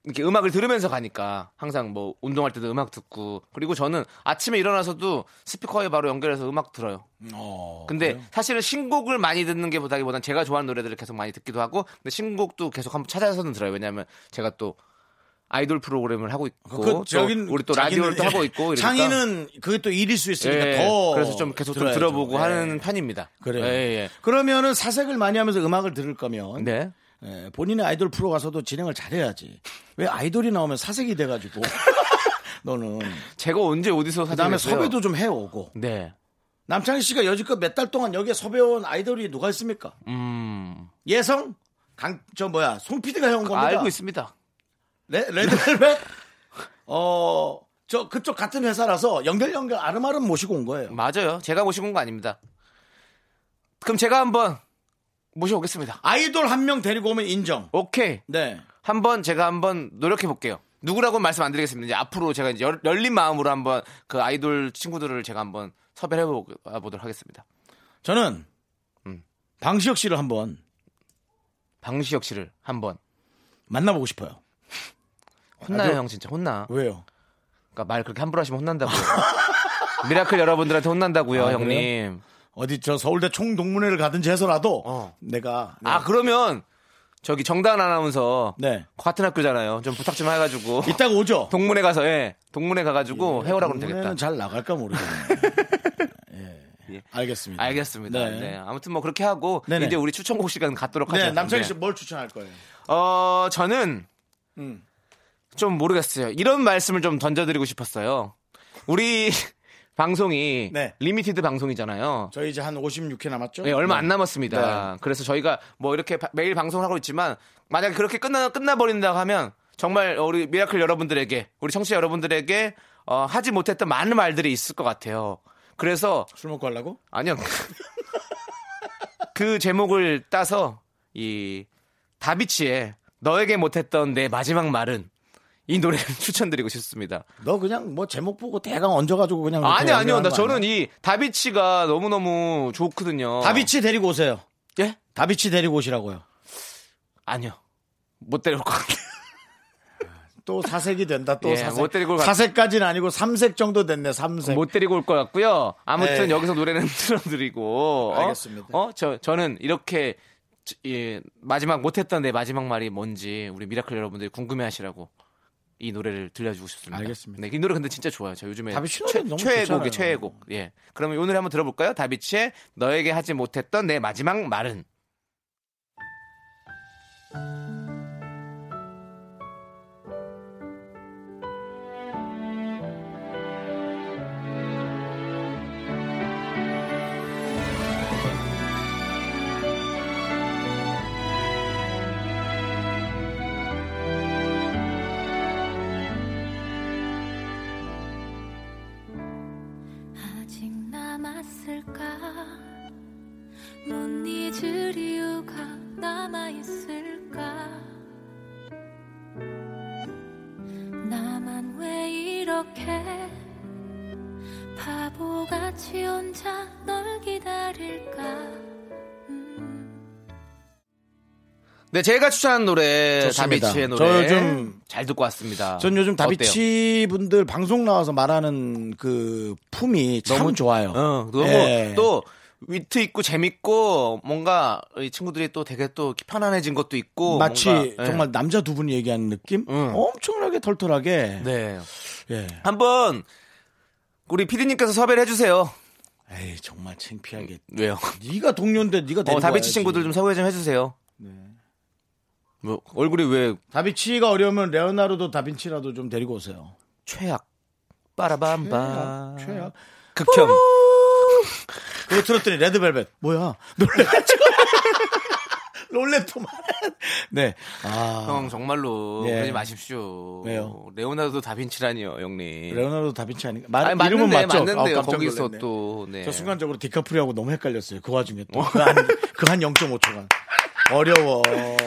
S2: 이렇게 음악을 들으면서 가니까 항상 뭐 운동할 때도 음악 듣고 그리고 저는 아침에 일어나서도 스피커에 바로 연결해서 음악 들어요.
S1: 어,
S2: 근데
S1: 그래요?
S2: 사실은 신곡을 많이 듣는 게 보다기보단 제가 좋아하는 노래들을 계속 많이 듣기도 하고 근데 신곡도 계속 한번 찾아서는 들어요. 왜냐하면 제가 또 아이돌 프로그램을 하고 있고
S1: 그
S2: 또
S1: 저긴
S2: 우리 또
S1: 자기는-
S2: 라디오를 또 하고 있고 이러니까
S1: 창의는 그게 또 일일 수 있으니까
S2: 예,
S1: 더
S2: 그래서 좀 계속 좀
S1: 들어야죠.
S2: 들어보고
S1: 예.
S2: 하는 편입니다.
S1: 그래요.
S2: 예, 예.
S1: 그러면은 사색을 많이 하면서 음악을 들을 거면
S2: 네.
S1: 예, 본인의 아이돌 프로 가서도 진행을 잘해야지. 왜 아이돌이 나오면 사색이 돼가지고 너는
S2: 제가 언제 어디서
S1: 그다음에
S2: 사진을 했어요?
S1: 섭외도 좀 해오고
S2: 네.
S1: 남창희 씨가 여지껏 몇 달 동안 여기에 섭외온 아이돌이 누가 있습니까?
S2: 음.
S1: 예성 강 저 뭐야 송 PD가 해온 겁니다.
S2: 알고 있습니다.
S1: 레, 레드벨벳 어저 그쪽 같은 회사라서 연결 연결 아름아름 모시고 온 거예요.
S2: 맞아요. 제가 모시고 온 거 아닙니다. 그럼 제가 한번 모셔오겠습니다.
S1: 아이돌 한 명 데리고 오면 인정.
S2: 오케이.
S1: 네.
S2: 한번 제가 한번 노력해 볼게요. 누구라고 말씀 안 드리겠습니다. 이제 앞으로 제가 이제 열, 열린 마음으로 한번 그 아이돌 친구들을 제가 한번 섭외해 보도록 하겠습니다.
S1: 저는 방시혁 씨를 한번
S2: 방시혁 씨를 한번
S1: 만나보고 싶어요.
S2: 혼나요
S1: 아,
S2: 형 진짜 혼나.
S1: 왜요?
S2: 그러니까 말 그렇게 함부로 하시면 혼난다고요. 미라클 여러분들한테 혼난다고요
S1: 아,
S2: 형님.
S1: 그래요? 어디 저 서울대 총동문회를 가든지 해서라도
S2: 어.
S1: 내가
S2: 아 그러면 저기 정다은 아나운서
S1: 네
S2: 같은 학교잖아요. 좀 부탁 좀 해가지고
S1: 이따가 오죠.
S2: 동문회 가서 예 동문회 가가지고 해오라 그러면 되겠다.
S1: 예, 동문회는 잘 나갈까 모르겠네요. 예. 알겠습니다.
S2: 알겠습니다.
S1: 네.
S2: 네. 아무튼 뭐 그렇게 하고
S1: 네네.
S2: 이제 우리 추천곡 시간 갖도록 하죠.
S1: 네, 남창희 씨 뭘 추천할 거예요?
S2: 어 저는
S1: 음.
S2: 좀 모르겠어요. 이런 말씀을 좀 던져드리고 싶었어요. 우리 방송이
S1: 네.
S2: 리미티드 방송이잖아요.
S1: 저희 이제 한 56회 남았죠?
S2: 네, 얼마 안 남았습니다.
S1: 네.
S2: 그래서 저희가 뭐 이렇게 바- 매일 방송을 하고 있지만 만약에 그렇게 끝나 끝나버린다고 하면 정말 우리 미라클 여러분들에게 우리 청취자 여러분들에게 어, 하지 못했던 많은 말들이 있을 것 같아요. 그래서
S1: 술 먹고 하려고?
S2: 아니요. 그 제목을 따서 이 다비치의 너에게 못했던 내 마지막 말은 이 노래를 추천드리고 싶습니다.
S1: 너 그냥 뭐 제목 보고 대강 얹어가지고 그냥 그렇게
S2: 아니 아니요.
S1: 연기하는
S2: 나
S1: 거
S2: 저는
S1: 아니야?
S2: 이 다비치가 너무너무 좋거든요.
S1: 다비치 데리고 오세요.
S2: 예?
S1: 다비치 데리고 오시라고요.
S2: 아니요. 못 데려올 것 같아요.
S1: 또 사색이 된다. 또
S2: 예,
S1: 사색.
S2: 못 데리고 갈-
S1: 사색까지는 아니고 삼색 정도 됐네. 삼색.
S2: 못 데리고 올 것 같고요. 아무튼
S1: 네.
S2: 여기서 노래는 틀어드리고. 어?
S1: 알겠습니다.
S2: 어? 저, 저는 이렇게 저- 예, 마지막 못했던 내 마지막 말이 뭔지 우리 미라클 여러분들이 궁금해 하시라고 이 노래를 들려주고 싶습니다.
S1: 알겠습니다.
S2: 네, 이 노래 근데 진짜 좋아요. 저 요즘에
S1: 다비치 노래
S2: 최,
S1: 너무 좋잖아요.
S2: 최애곡이 최애곡. 예. 그러면 이 노래 한번 들어볼까요? 다비치의 너에게 하지 못했던 내 마지막 말은.
S3: 아직 남았을까 못 잊을 이유가 남아있을까 나만 왜 이렇게 바보같이 혼자 널 기다릴까 음.
S2: 네, 제가 추천한 노래
S1: 좋습니다.
S2: 다비치의 노래.
S1: 저 요즘-
S2: 잘 듣고 왔습니다.
S1: 전 요즘
S2: 어때요?
S1: 다비치 분들 방송 나와서 말하는 그 품이 참 너무 좋아요.
S2: 어, 너무
S1: 예.
S2: 또 위트 있고 재밌고 뭔가 이 친구들이 또 되게 또 이렇게 편안해진 것도 있고
S1: 마치
S2: 뭔가, 예.
S1: 정말 남자 두 분이 얘기하는 느낌?
S2: 음.
S1: 엄청나게 털털하게.
S2: 네
S1: 예.
S2: 한번 우리 피디님께서 섭외를 해주세요.
S1: 에이 정말 창피하게.
S2: 왜요?
S1: 네가 동료인데 네가 데리고
S2: 어, 다비치
S1: 와야지.
S2: 친구들 좀 섭외 좀 해주세요.
S1: 네.
S2: 뭐 얼굴이 왜
S1: 다비치가 어려우면 레오나르도 다빈치라도 좀 데리고 오세요.
S2: 최악? 빠라밤바
S1: 최악.
S2: 극혐.
S1: 그거 들었더니 레드벨벳 뭐야 놀래가지고 롤렛토만. 네. 아
S2: 형 정말로
S1: 예.
S2: 그러지 마십시오.
S1: 왜요?
S2: 레오나르도 다빈치라니요, 형님.
S1: 레오나르도 다빈치 아닌가? 말,
S2: 아니, 맞는데,
S1: 이름은 맞죠?
S2: 맞는데요.
S1: 아우, 깜짝
S2: 거기서
S1: 놀랐네.
S2: 또 네.
S1: 저 순간적으로 디카프리하고 너무 헷갈렸어요. 그 와중에 또 그 한 0.5초간 어려워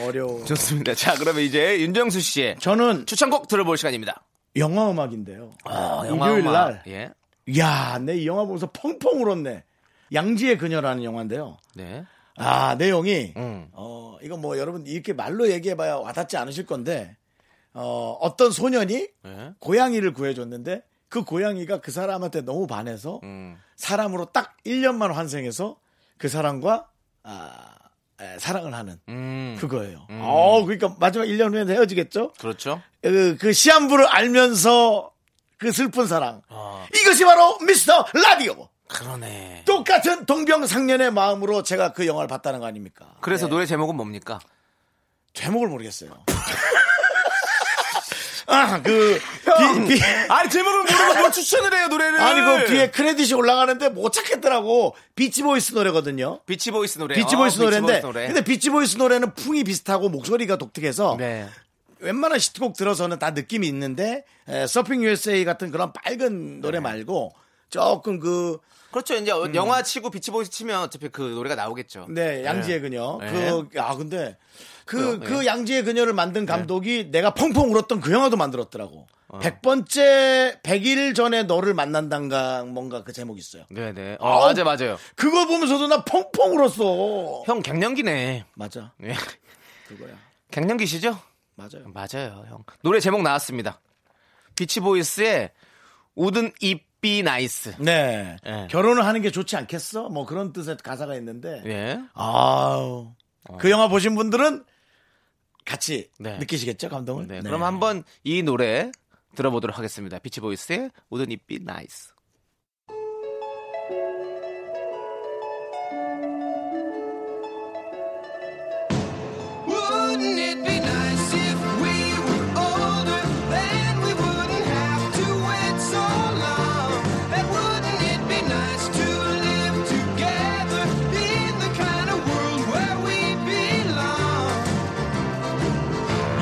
S1: 어려워.
S2: 좋습니다. 자, 그러면 이제 윤정수 씨의
S1: 저는
S2: 추천곡 들어볼 시간입니다.
S1: 영화 음악인데요.
S2: 아, 어, 영화
S1: 일요일
S2: 음악.
S1: 날.
S2: 예.
S1: 야, 내 이 영화 보면서 펑펑 울었네. 양지의 그녀라는 영화인데요.
S2: 네.
S1: 아, 내용이
S2: 음.
S1: 어, 이거 뭐 여러분 이렇게 말로 얘기해봐야 와닿지 않으실 건데 어, 어떤 소년이
S2: 예.
S1: 고양이를 구해줬는데 그 고양이가 그 사람한테 너무 반해서
S2: 음.
S1: 사람으로 딱 1년만 환생해서 그 사람과 아, 에, 사랑을 하는
S2: 음.
S1: 그거예요. 어, 그러니까 마지막 1년 후에 헤어지겠죠?
S2: 그렇죠?
S1: 그, 그 시한부를 알면서 그 슬픈 사랑.
S2: 아,
S1: 이것이 바로 미스터 라디오.
S2: 그러네.
S1: 똑같은 동병상련의 마음으로 제가 그 영화를 봤다는 거 아닙니까?
S2: 그래서
S1: 네.
S2: 노래 제목은 뭡니까?
S1: 제목을 모르겠어요. 아, 그, 비, 비,
S2: 아니, 제목을 모르고 뭘 추천을 해요, 노래를.
S1: 아니, 그 뒤에 크레딧이 올라가는데 못 찾겠더라고. 비치보이스 노래거든요.
S2: 비치보이스 노래.
S1: 비치보이스
S2: 어,
S1: 노래인데,
S2: 비치보이스 노래.
S1: 근데 비치보이스 노래는 풍이 비슷하고 목소리가 독특해서
S2: 네.
S1: 웬만한 네. 시트곡 들어서는 다 느낌이 있는데 에, 서핑 USA 같은 그런 밝은 노래 말고 조금 그
S2: 그렇죠. 이제 영화 치고 비치보이스 치면 어차피 그 노래가 나오겠죠.
S1: 네, 양지의 그녀.
S2: 네.
S1: 그, 아, 근데, 그,
S2: 그래요?
S1: 그
S2: 네.
S1: 양지의 그녀를 만든 감독이 내가 펑펑 울었던 그 영화도 만들었더라고. 100번째, 100일 전에 너를 만난단가 뭔가 그 제목이 있어요.
S2: 네네. 어, 맞아 맞아요.
S1: 그거 보면서도 나 펑펑 울었어.
S2: 형 갱년기네.
S1: 맞아,
S2: 네.
S1: 그거야.
S2: 갱년기시죠?
S1: 맞아요.
S2: 맞아요, 형. 노래 제목 나왔습니다. 비치보이스의 우든 이삐 나이스.
S1: 네.
S2: 네.
S1: 결혼을 하는 게 좋지 않겠어? 뭐 그런 뜻의 가사가 있는데.
S2: 예. 어.
S1: 아우. 그 영화 보신 분들은 같이
S2: 네.
S1: 느끼시겠죠, 감동을?
S2: 네,
S1: 네.
S2: 그럼 한번 이 노래 들어보도록 하겠습니다. 비치보이스의 우든 이삐 나이스.
S5: Wouldn't it be nice if we were older? Then we wouldn't have to wait so long. And wouldn't it be nice to live together in the kind of world where we belong?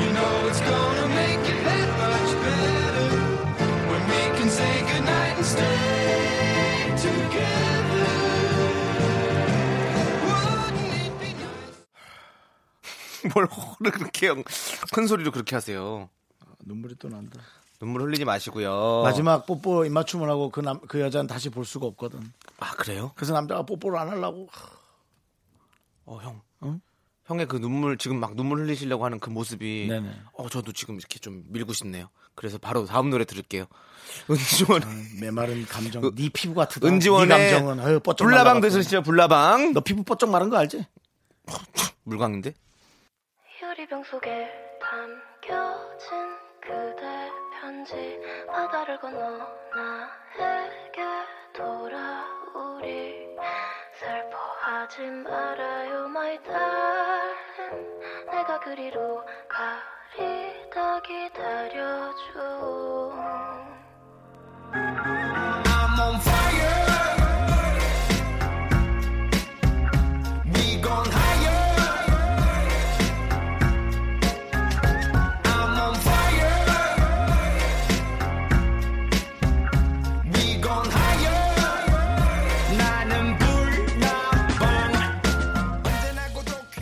S5: You know it's gonna make it that much better when we can say goodnight and stay together. Wouldn't it be nice?
S2: 뭘 호를 그렇게 형, 큰 소리로 그렇게 하세요.
S1: 아, 눈물이 또 난다.
S2: 눈물 흘리지 마시고요.
S1: 마지막 뽀뽀 입맞춤을 하고 그 남, 그 여자는 다시 볼 수가 없거든.
S2: 아 그래요?
S1: 그래서 남자가 뽀뽀를 안 하려고. 아,
S2: 어 형. 형의 그 눈물 지금 막 눈물 흘리시려고 하는 그 모습이
S1: 네네.
S2: 어 저도 지금 이렇게 좀 밀고 싶네요. 그래서 바로 다음 노래 들을게요. 은지원
S1: 메마른 감정. 네 피부 같은.
S2: 그 은지원의
S1: 네 음, 감정은 아유 뻗쩍
S2: 불나방
S1: 말라갖고.
S2: 들으시죠. 불나방
S1: 너 피부 뻗쩍 마른 거 알지?
S2: 물광인데
S6: 유리병 속에 담겨진 그대 편지 바다를 건너 나에게 돌아오리 슬퍼하지 말아요 마이 달린 내가 그리로 가리다 기다려줘
S5: I'm on fire. We gone higher. I'm on fire. We gone higher. 나는 불나방. 언제나 고독해.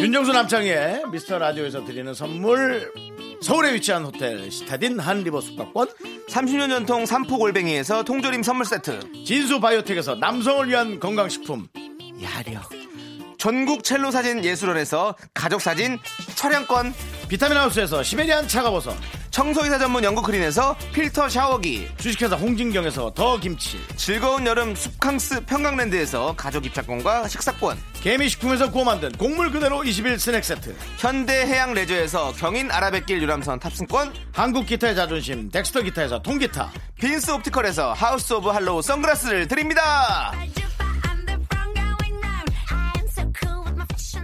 S1: 윤정수 남창의 미스터 라디오에서 드리는 선물. 서울에 위치한 호텔 시타딘 한 리버 숙박권.
S2: 30년 전통 삼포골뱅이에서 통조림 선물 세트
S1: 진수 바이오텍에서 남성을 위한 건강식품.
S2: 야력 전국 첼로 사진 예술원에서 가족 사진 촬영권
S1: 비타민 하우스에서 시베리안 차가워서.
S2: 청소이사 전문 영국 크린에서 필터 샤워기
S1: 주식회사 홍진경에서 더 김치.
S2: 즐거운 여름 숲캉스 평강랜드에서 가족 입장권과 식사권
S1: 개미식품에서 구워 만든 곡물 그대로 21 스낵 세트.
S2: 현대해양 레저에서 경인 아라뱃길 유람선 탑승권
S1: 한국 기타의 자존심 덱스터 기타에서 통기타.
S2: 빈스 옵티컬에서 하우스 오브 할로우 선글라스를 드립니다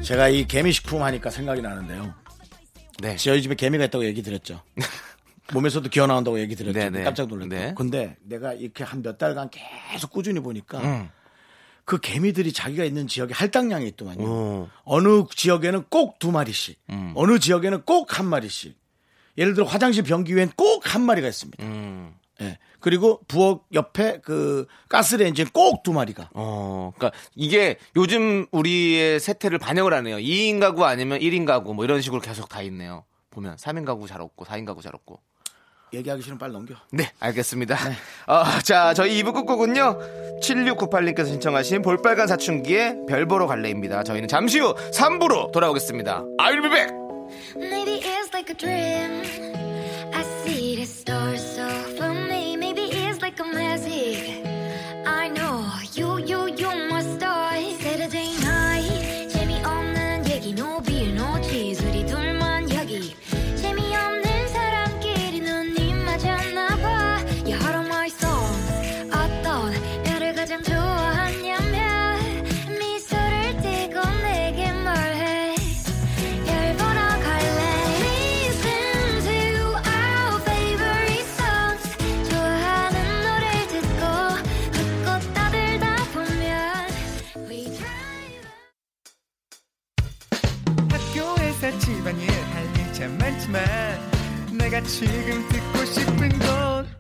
S1: 제가 이 개미식품 하니까 생각이 나는데요.
S2: 네.
S1: 저희 집에 개미가 있다고 얘기 드렸죠. 몸에서도 기어 나온다고 얘기 드렸죠.
S2: 네네.
S1: 깜짝 놀랐죠.
S2: 네.
S1: 근데 내가 이렇게 한 몇 달간 계속 꾸준히 보니까
S2: 음.
S1: 그 개미들이 자기가 있는 지역에 할당량이 있더만요. 어느 지역에는 꼭 두 마리씩,
S7: 음.
S1: 어느 지역에는 꼭 한 마리씩. 예를 들어 화장실 변기 위엔 꼭 한 마리가
S7: 음.
S1: 있습니다.
S2: 음.
S1: 예. 그리고 부엌 옆에 그 가스레인지엔 꼭 두 마리가.
S2: 어, 그러니까 이게 요즘 우리의 세태를 반영을 하네요. 2인 가구 아니면 1인 가구 뭐 이런 식으로 계속 다 있네요. 보면 3인 가구 잘 없고 4인 가구 잘 없고.
S1: 얘기하기 싫으면 빨리 넘겨.
S2: 네, 알겠습니다. 어, 자, 저희 2부 끝곡은요. 7698님께서 신청하신 볼빨간 사춘기의 별 보러 갈래입니다. 저희는 잠시 후 3부로 돌아오겠습니다. I'll be back!
S3: Maybe it's like a dream. I see the stars so for me. Maybe it's like a magic. I know you, you, you my star. Saturday night. 재미없는 얘기, no beer, no cheese. 우리 둘만 여기. 재미없는 사람끼리 눈이 맞았나봐. You heart of my soul. 어떤 나를 가장 좋아하냐면 미소를 띠고 내게 말해. 별 보러 갈래 Listen to our favorite songs 좋아하는 노래를 듣고 웃고 떠들다 보면 We drive
S5: 학교에서 집안일 할 일 참 많지만 내가 지금 듣고 싶은 건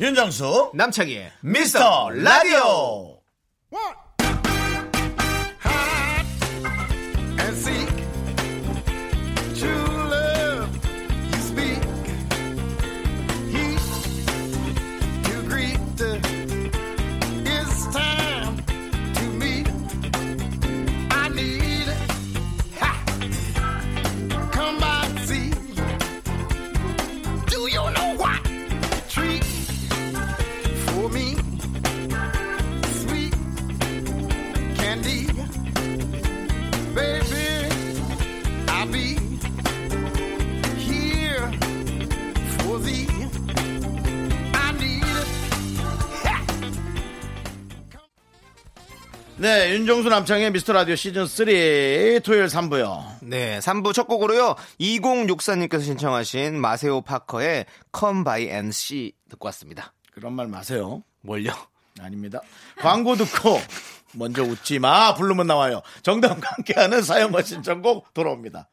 S7: 윤정수
S2: 남창희의
S7: 미스터 라디오 네 윤정수 남창의 미스터 라디오 시즌 3 토요일 3부요
S2: 네, 3부 첫 곡으로요. 2064님께서 신청하신 마세오 파커의 Come by and See 듣고 왔습니다.
S1: 그런 말 마세요
S2: 뭘요?
S1: 아닙니다 광고 듣고 먼저 웃지 마 부르면 나와요 정답과 함께하는 사연과 신청곡 돌아옵니다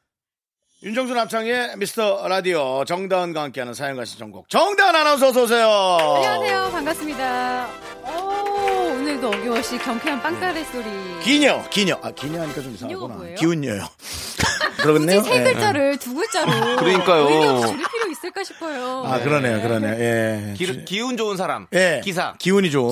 S1: 윤정수 남창의 미스터 라디오 정다은과 함께하는 사연과 신청곡 정다은 아나운서 어서오세요
S8: 안녕하세요. 반갑습니다. 오, 오늘도 어김없이 경쾌한 빵따레 소리.
S1: 기녀 기녀 아 기녀 하니까 좀 이상하구나
S8: 뭐예요?
S1: 기운녀요 그러겠네요
S8: 굳이 세
S1: 예.
S8: 글자를 두 글자로.
S2: 아, 그러니까요.
S8: 의미 없이 줄일 필요 있을까 싶어요.
S1: 아 그러네요 그러네요 예
S2: 기, 기운 좋은 사람.
S1: 예.
S2: 기사.
S1: 기운이 좋은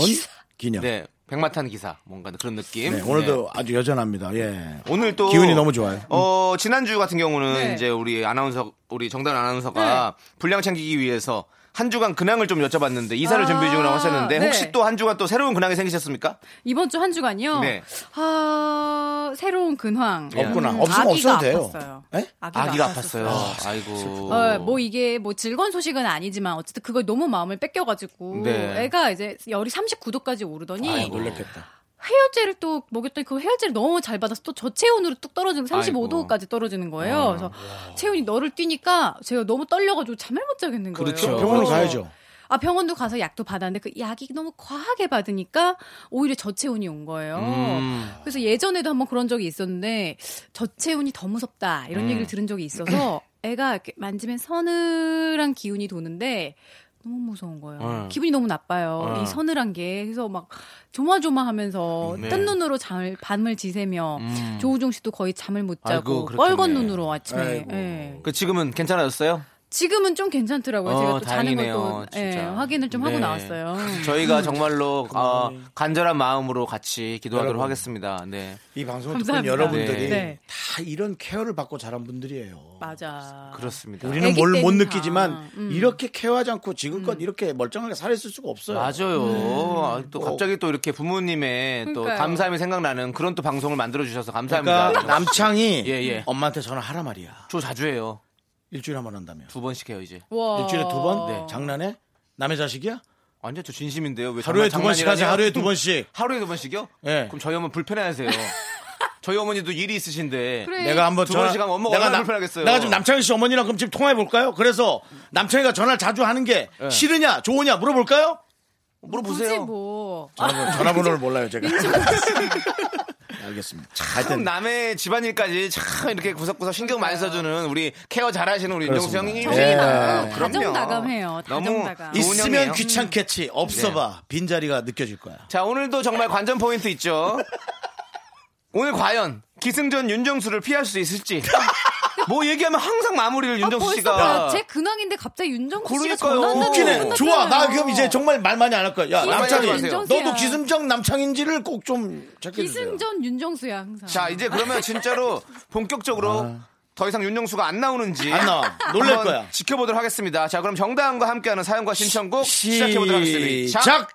S1: 기녀. 네.
S2: 네. 백마탄 기사. 뭔가 그런 느낌.
S1: 오늘도 아주 여전합니다. 예.
S2: 네. 오늘 또
S1: 기운이 너무 좋아요. 음.
S2: 어, 지난주 같은 경우는
S8: 네.
S2: 이제 우리 아나운서 우리 정단 아나운서가 분량 챙기기 위해서 한 주간 근황을 좀 여쭤봤는데 이사를
S8: 아,
S2: 준비 중이라고 하셨는데
S8: 네.
S2: 혹시 또 한 주간 또 새로운 근황이 생기셨습니까?
S8: 이번 주 한 주간요.
S2: 네.
S8: 아, 새로운 근황. 음,
S1: 없구나. 없으면
S8: 아기가
S1: 없어도 돼요.
S8: 아팠어요.
S1: 예?
S8: 아기가,
S2: 아기가
S8: 아팠었어요.
S2: 아팠어요. 아이고.
S8: 어, 뭐 이게 뭐 즐거운 소식은 아니지만 어쨌든 그걸 너무 마음을 뺏겨가지고
S2: 네.
S8: 애가 이제 열이 39도까지 오르더니
S1: 아, 놀랬겠다.
S8: 해열제를 또 먹였더니 그 해열제를 너무 잘 받아서 또 저체온으로 뚝 떨어지는
S2: 아이고. 아.
S8: 35도까지 떨어지는 거예요. 그래서 체온이 너를 뛰니까 제가 너무 떨려가지고 잠을 못 자겠는 거예요.
S2: 그렇죠.
S1: 병원을 가야죠.
S8: 아 병원도 가서 약도 받았는데 그 약이 너무 과하게 받으니까 오히려 저체온이 온 거예요.
S2: 음.
S8: 그래서 예전에도 한번 그런 적이 있었는데 저체온이 더 무섭다
S2: 음.
S8: 이런 얘기를 들은 적이 있어서 애가 이렇게 만지면 서늘한 기운이 도는데 너무 무서운 거예요.
S2: 네.
S8: 기분이 너무 나빠요.
S2: 네.
S8: 이 서늘한 게 그래서 막 조마조마하면서
S2: 네.
S8: 뜬 눈으로 잠을 밤을 지새며
S2: 음.
S8: 조우종 씨도 거의 잠을 못
S2: 아이고,
S8: 자고
S2: 그렇겠네.
S8: 뻘건 눈으로 아침에
S1: 아이고.
S8: 예.
S2: 그 지금은 괜찮아졌어요?
S8: 지금은 좀 괜찮더라고요.
S2: 어,
S8: 제가 또
S2: 다행이네요,
S8: 자는 것도 예,
S2: 진짜.
S8: 확인을 좀
S2: 네.
S8: 하고 나왔어요. 음.
S2: 저희가 정말로 어, 간절한 마음으로 같이 기도하도록
S1: 여러분.
S2: 하겠습니다. 네.
S1: 이 방송을 듣는
S8: 감사합니다.
S1: 여러분들이
S8: 네.
S1: 다 이런 케어를 받고 자란 분들이에요.
S8: 맞아.
S2: 그렇습니다.
S1: 우리는
S8: 애기
S1: 뭘 못
S8: 때는
S1: 느끼지만
S8: 다. 음.
S1: 이렇게 케어하지 않고 지금껏 이렇게 멀쩡하게 살았을 수가 없어요.
S2: 맞아요. 아, 또 갑자기 또 이렇게 부모님의 또
S8: 네. 그러니까요.
S2: 감사함이 생각나는 그런 또 방송을 만들어 주셔서 감사합니다.
S1: 그러니까 남창이
S2: 예, 예.
S1: 엄마한테 전화하라 말이야.
S2: 저 자주 해요.
S1: 일주일에 한 번 한다며.
S2: 두 번씩 해요 이제.
S8: 와.
S1: 일주일에 두 번?
S2: 네.
S1: 장난해? 남의 자식이야?
S2: 아니요, 저 진심인데요. 왜
S1: 하루에 두
S2: 장난-
S1: 번씩 하지.
S2: 장난이라뇨?
S1: 하루에 두 번씩.
S2: 하루에 두 번씩요?
S1: 예.
S2: 그럼 저희 어머니 불편해하세요. 저희 어머니도 일이 있으신데.
S8: 그래.
S1: 내가 한번
S2: 두
S1: 전화-
S2: 번씩 하면 엄마가
S1: 내가
S2: 얼마나
S1: 남-
S2: 불편하겠어요.
S1: 내가 지금 남창희 씨 어머니랑 그럼 지금 통화해 볼까요? 그래서 남창희가 전화를 자주 하는 게
S2: 네.
S1: 싫으냐, 좋으냐 물어볼까요?
S8: 굳이
S2: 물어보세요.
S8: 뭐.
S1: 전화번호, 전화번호를 몰라요 제가. 알겠습니다.
S2: 참
S1: 하여튼
S2: 남의 집안일까지 참 이렇게 구석구석 신경 많이 써주는 우리 케어 잘하시는 우리 윤정수
S1: 그렇습니다.
S2: 형님.
S1: 정이 많아요.
S8: 다정다감해요.
S2: 너무
S8: 다정다감.
S2: 좋은 형이에요.
S1: 있으면 귀찮겠지, 없어봐 빈 자리가 느껴질 거야.
S2: 자, 오늘도 정말 관전 포인트 있죠. 오늘 과연 기승전 윤정수를 피할 수 있을지. 뭐 얘기하면 항상 마무리를
S8: 아,
S2: 윤정수
S8: 벌써
S2: 씨가.
S8: 봐. 제 근황인데 갑자기 윤정수 씨가
S2: 그러니까요.
S8: 전화한다는
S2: 웃기네.
S8: 거
S1: 좋아, 나
S8: 생각나요.
S1: 그럼 이제 정말 말 많이 안 할 거야. 야,
S8: 기승전
S1: 남창희,
S2: 윤정수야.
S1: 너도 기승전 남창인지를 꼭 좀 찾겨주세요.
S8: 기승전 윤정수야 항상.
S2: 자, 이제 그러면 진짜로 본격적으로 더 이상 윤정수가 안 나오는지.
S1: 아. 안 나와. 놀랄
S2: 한번
S1: 거야.
S2: 지켜보도록 하겠습니다. 자, 그럼 정다은과 함께하는 사연과 신청곡 시작해보도록 하겠습니다.
S1: 시작.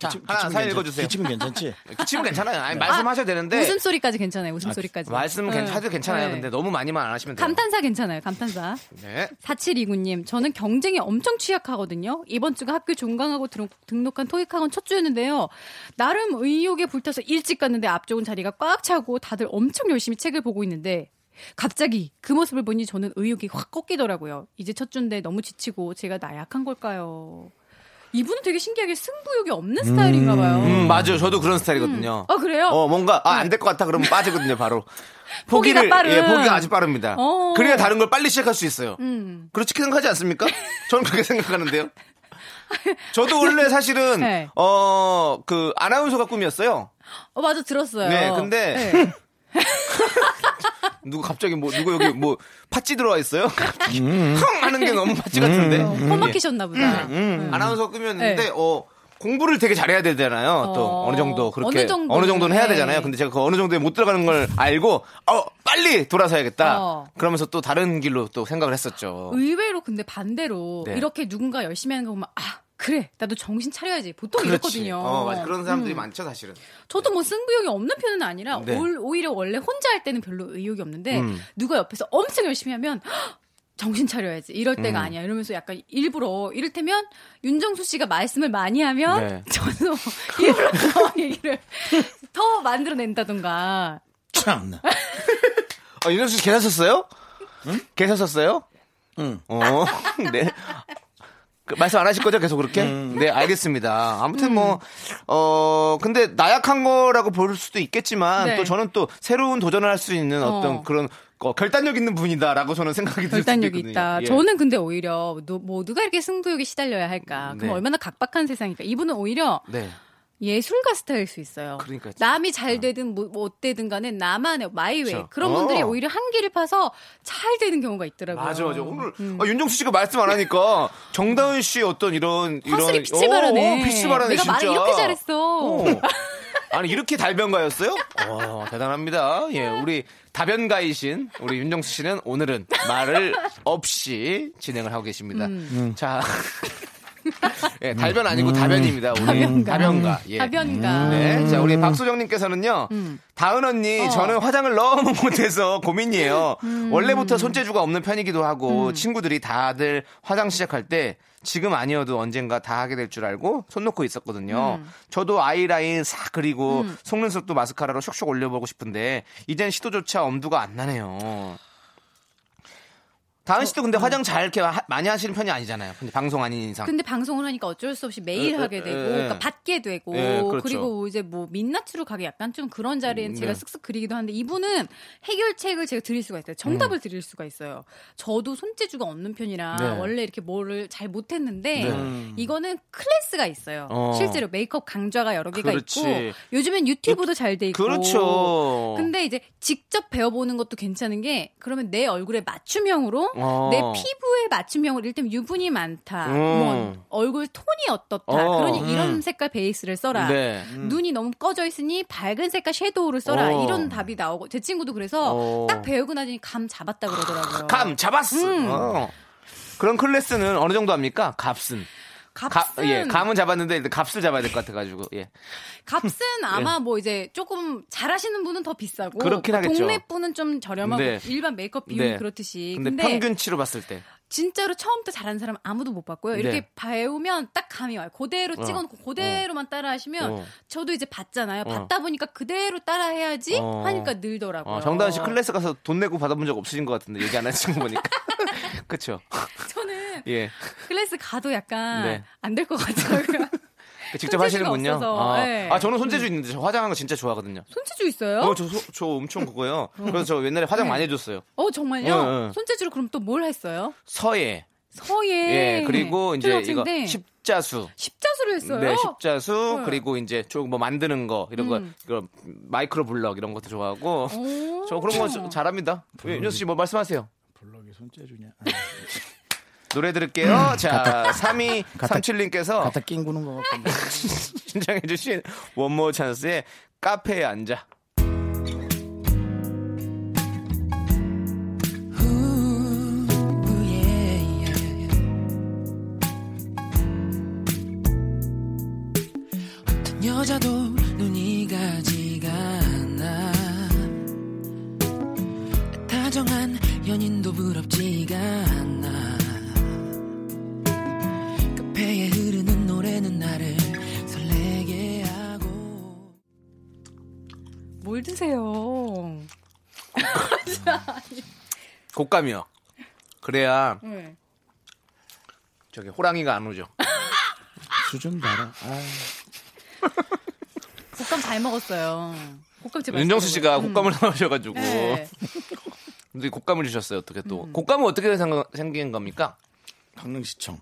S2: 자,
S1: 기침-
S2: 하나
S1: 기침은
S2: 사연
S1: 괜찮-
S2: 읽어주세요.
S1: 기침은 괜찮지?
S2: 기침은 괜찮아요.
S1: 네.
S2: 아니, 말씀하셔도 되는데.
S8: 웃음 소리까지 괜찮아요. 웃음 소리까지.
S2: 말씀은 괜찮, 하도 괜찮아요. 근데 너무 많이만 안 하시면 돼요.
S8: 감탄사 괜찮아요. 감탄사.
S2: 네.
S8: 4729님, 저는 경쟁에 엄청 취약하거든요. 이번 주가 학교 종강하고 등- 등록한 토익학원 첫 주였는데요. 나름 의욕에 불타서 일찍 갔는데 앞쪽은 자리가 꽉 차고 다들 엄청 열심히 책을 보고 있는데 갑자기 그 모습을 보니 저는 의욕이 확 꺾이더라고요. 이제 첫 주인데 너무 지치고 제가 나약한 걸까요? 이분은 되게 신기하게 승부욕이 없는 스타일인가 봐요.
S2: 음, 맞아요. 저도 그런 스타일이거든요.
S8: 아, 그래요?
S2: 어, 뭔가, 아, 안 될 것 같아. 그러면 빠지거든요, 바로. 포기를,
S8: 포기가 빠른.
S2: 예, 포기가 아주 빠릅니다.
S8: 어. 음.
S2: 그래야 다른 걸 빨리 시작할 수 있어요. 그렇지 생각하지 않습니까? 저는 그렇게 생각하는데요. 저도 원래 사실은,
S8: 네.
S2: 어, 그, 아나운서가 꿈이었어요.
S8: 어, 맞아, 들었어요.
S2: 네, 근데-
S8: 네.
S2: 누구 갑자기 뭐, 누구 여기 뭐, 팥찌 들어와 있어요? 갑자기 흥! 하는 게 너무 팥찌 같은데.
S8: 음. 어, 험악해셨나 보다.
S2: 음. 아나운서 꿈이었는데
S8: 네.
S2: 어 공부를 되게 잘해야 되잖아요. 또
S8: 어,
S2: 어, 느 정도 그렇게
S8: 어느
S2: 어느,
S8: 정도는,
S2: 정도는 해야
S8: 네.
S2: 되잖아요. 근데 제가 그 어느 정도에 못 들어가는 걸 알고 어 빨리 돌아서야겠다.
S8: 어.
S2: 그러면서 또 다른 길로 또 생각을 했었죠.
S8: 의외로 근데 반대로
S2: 네.
S8: 이렇게 누군가 열심히 하는 거 보면 아 그래 나도 정신 차려야지 보통
S2: 그렇지.
S8: 이렇거든요.
S2: 어, 맞아. 그런 사람들이
S8: 음.
S2: 많죠, 사실은.
S8: 저도 뭐 승부욕이 없는 편은 아니라
S2: 네.
S8: 올- 오히려 원래 혼자 할 때는 별로 의욕이 없는데
S2: 음.
S8: 누가 옆에서 엄청 열심히 하면 헉, 정신 차려야지 이럴
S2: 음.
S8: 때가 아니야 이러면서 약간 일부러 이를테면 윤정수 씨가 말씀을 많이 하면
S2: 네.
S8: 저도 일부러 그런 얘기를 더 만들어낸다던가
S1: 참나.
S2: 아, 윤정수 씨 계셨었어요? 계셨었어요?
S1: 응.
S2: 어, 네. 그, 말씀 안 하실 거죠? 계속 그렇게?
S8: 음.
S2: 네, 알겠습니다. 아무튼 뭐, 어, 근데 나약한 거라고 볼 수도 있겠지만,
S8: 네.
S2: 또 저는 또 새로운 도전을 할 수 있는 어. 떤
S8: 어.
S2: 그런 어, 결단력 있는 분이다라고 저는 생각이 들 수도
S8: 결단력이
S2: 있거든요.
S8: 있다.
S2: 예.
S8: 저는 근데 오히려 누, 뭐 누가 이렇게 승부욕에 시달려야 할까? 그럼
S2: 네.
S8: 얼마나 각박한 세상일까? 이분은 오히려
S2: 네.
S8: 예술가 스타일 수 있어요.
S2: 그러니까요. 아.
S8: 남이 잘 되든 뭐, 뭐 어때든 간에 나만의 마이웨이
S2: 그렇죠.
S8: 그런
S2: 어.
S8: 분들이 오히려 한기를 파서 잘 되는 경우가 있더라고요.
S2: 맞아, 맞아. 오늘
S8: 음.
S2: 아, 윤정수 씨가 말씀 안 하니까 정다은 씨의 어떤 이런 이런
S8: 화술이 빛이 바라네.
S2: 오, 빛이 바라네
S8: 내가
S2: 진짜.
S8: 말을 이렇게 잘했어.
S2: 오. 아니 이렇게 달변가였어요? 와 대단합니다. 예, 우리 다변가이신 우리 윤정수 씨는 오늘은 말을 없이 진행을 하고 계십니다. 자, 예, 달변 아니고 음. 다변입니다. 우리
S8: 다변가.
S2: 다변가. 예.
S8: 가변가.
S2: 네, 자 우리 박소정님께서는요.
S8: 음.
S2: 다은 언니,
S8: 어.
S2: 저는 화장을 너무 못해서 고민이에요.
S8: 음.
S2: 원래부터 손재주가 없는 편이기도 하고 친구들이 다들 화장 시작할 때 지금 아니어도 언젠가 다 하게 될 줄 알고 손 놓고 있었거든요.
S8: 음.
S2: 저도 아이라인 싹 그리고 속눈썹도 마스카라로 슉슉 올려보고 싶은데 이젠 시도조차 엄두가 안 나네요. 다은 씨도 근데 화장 잘 이렇게 하- 많이 하시는 편이 아니잖아요. 근데 방송 아닌 이상.
S8: 어. 근데 방송을 하니까 어쩔 수 없이 매일
S2: 에, 에,
S8: 하게 되고
S2: 에.
S8: 그러니까 받게 되고
S2: 예, 그렇죠.
S8: 리고 이제 뭐 민낯으로 가게 약간 좀 그런 자리엔
S2: 음,
S8: 제가
S2: 네.
S8: 쓱쓱 그리기도 하는데 이분은 해결책을 제가 드릴 수가 있어요. 정답을 드릴 수가 있어요. 저도 손재주가 없는
S2: 음.
S8: 편이라
S2: 네.
S8: 원래 이렇게 뭐를 잘 못했는데
S2: 네.
S8: 이거는 클래스가 있어요.
S2: 어.
S8: 실제로 메이크업 강좌가 여러 개가
S2: 그렇지.
S8: 있고 요즘엔 유튜브도 잘 돼 있고
S2: 그렇죠.
S8: 근데 이제 직접 배워보는 것도 괜찮은 게 그러면 내 얼굴에 맞춤형으로
S2: 어.
S8: 내 피부에 맞춤형으로 일단 유분이 많다
S2: 음.
S8: 뭐 얼굴 톤이 어떻다
S2: 어,
S8: 그러니
S2: 음.
S8: 이런 색깔 베이스를 써라 음.
S2: 네.
S8: 눈이 너무 꺼져 있으니 밝은 색깔 섀도우를 써라
S2: 어.
S8: 이런 답이 나오고 제 친구도 그래서
S2: 어. 아,
S8: 딱 배우고 나니 감 잡았다 그러더라고요
S2: 감 잡았어.
S8: 음.
S2: 어. 그런 클래스는 어느 정도 합니까? 값은. 가-
S8: 값은
S2: 예, 감은 잡았는데 일단 값을 잡아야 될 것 같아가지고. 예.
S8: 값은 아마 뭐 이제 조금 잘하시는 분은 더 비싸고 뭐
S2: 그렇긴 하겠죠.
S8: 동네 분은 좀 저렴하고
S2: 네.
S8: 일반 메이크업 비용이
S2: 네.
S8: 그렇듯이
S2: 근데, 평균치로 봤을 때.
S8: 진짜로 처음부터 잘하는 사람 은 아무도 못 봤고요. 이렇게
S2: 네.
S8: 배우면 딱 감이 와요. 그대로
S2: 어.
S8: 찍어놓고 그대로만 따라하시면
S2: 어.
S8: 저도 이제 봤잖아요. 봤다 보니까 그대로 따라해야지
S2: 어.
S8: 하니까 늘더라고요.
S2: 어, 정다은 씨 클래스 가서 돈 내고 받아본 적 없으신 것 같은데 얘기 안 하신 거 보니까. 그쵸.
S8: 저는
S2: 예.
S8: 클래스 가도 약간
S2: 네.
S8: 안 될 것 같더라고요.
S2: 그 직접
S8: 손재주가
S2: 하시는군요.
S8: 없어서,
S2: 아.
S8: 네.
S2: 아, 저는 손재주 있는데 저 화장하는 거 진짜 좋아하거든요.
S8: 손재주 있어요?
S2: 어, 저, 소- 저 엄청 그거예요. 그래서 저 옛날에 화장 많이 해줬어요.
S8: 어, 정말요?
S2: 어, 어.
S8: 손재주로 그럼 또 뭘 했어요?
S2: 서예.
S8: 서예. 네.
S2: 예. 그리고 이제 이거
S8: 초등학생인데
S2: 십자수.
S8: 십자수를 했어요.
S2: 네, 십자수
S8: 네. 음.
S2: 그리고 이제 조금 뭐 만드는 거 이런 거 그런 마이크로 블럭 이런 것도 좋아하고
S8: 오.
S2: 저 그런 거 저- 잘합니다. 예, 윤수 씨 뭐 말씀하세요.
S1: 블럭이 손재주냐? 음,
S2: 노래 들을게요. 자, 3위 37님께서
S1: 갖다 낑구는 것 같고.
S2: 신청해 주신 원모 찬스의 카페에 앉아.
S5: 찾아도 눈이 가지가 않아 다정한 연인도 부럽지가 않아 카페에 흐르는 노래는 나를 설레게 하고
S8: 뭘 드세요?
S2: 곶감이요. 그래야
S8: 네.
S2: 저기 호랑이가 안 오죠.
S1: 수좀 봐라. 아,
S8: 곶감 잘 먹었어요. 곶감 제발.
S2: 윤정수 씨가 뭐 곶감을 사오셔가지고
S8: 네. 음.
S2: 근데 곶감을 주셨어요. 어떻게 또 곶감은 어떻게 생- 생긴 겁니까?
S1: 강릉시청.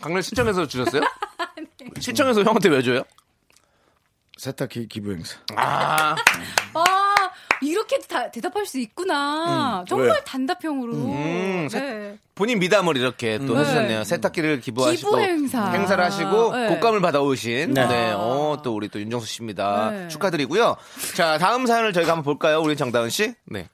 S2: 강릉 시청에서 주셨어요?
S8: 네.
S2: 시청에서 형한테 왜 줘요?
S1: 세탁기 기부 행사.
S2: 아
S8: 아 이렇게 다, 대답할 수 있구나. 정말
S1: 음, 왜?
S8: 단답형으로.
S2: 음, 세-
S8: 네.
S2: 본인 미담을 이렇게 또
S8: 네.
S2: 해주셨네요. 세탁기를 기부하시고
S8: 기부 행사.
S2: 를 하시고
S8: 네.
S2: 곶감을 받아오신 네,
S1: 네.
S2: 어, 또 우리 또 윤정수 씨입니다.
S8: 네.
S2: 축하드리고요. 자 다음 사연을 저희가 한번 볼까요? 우리 정다은 씨. 네.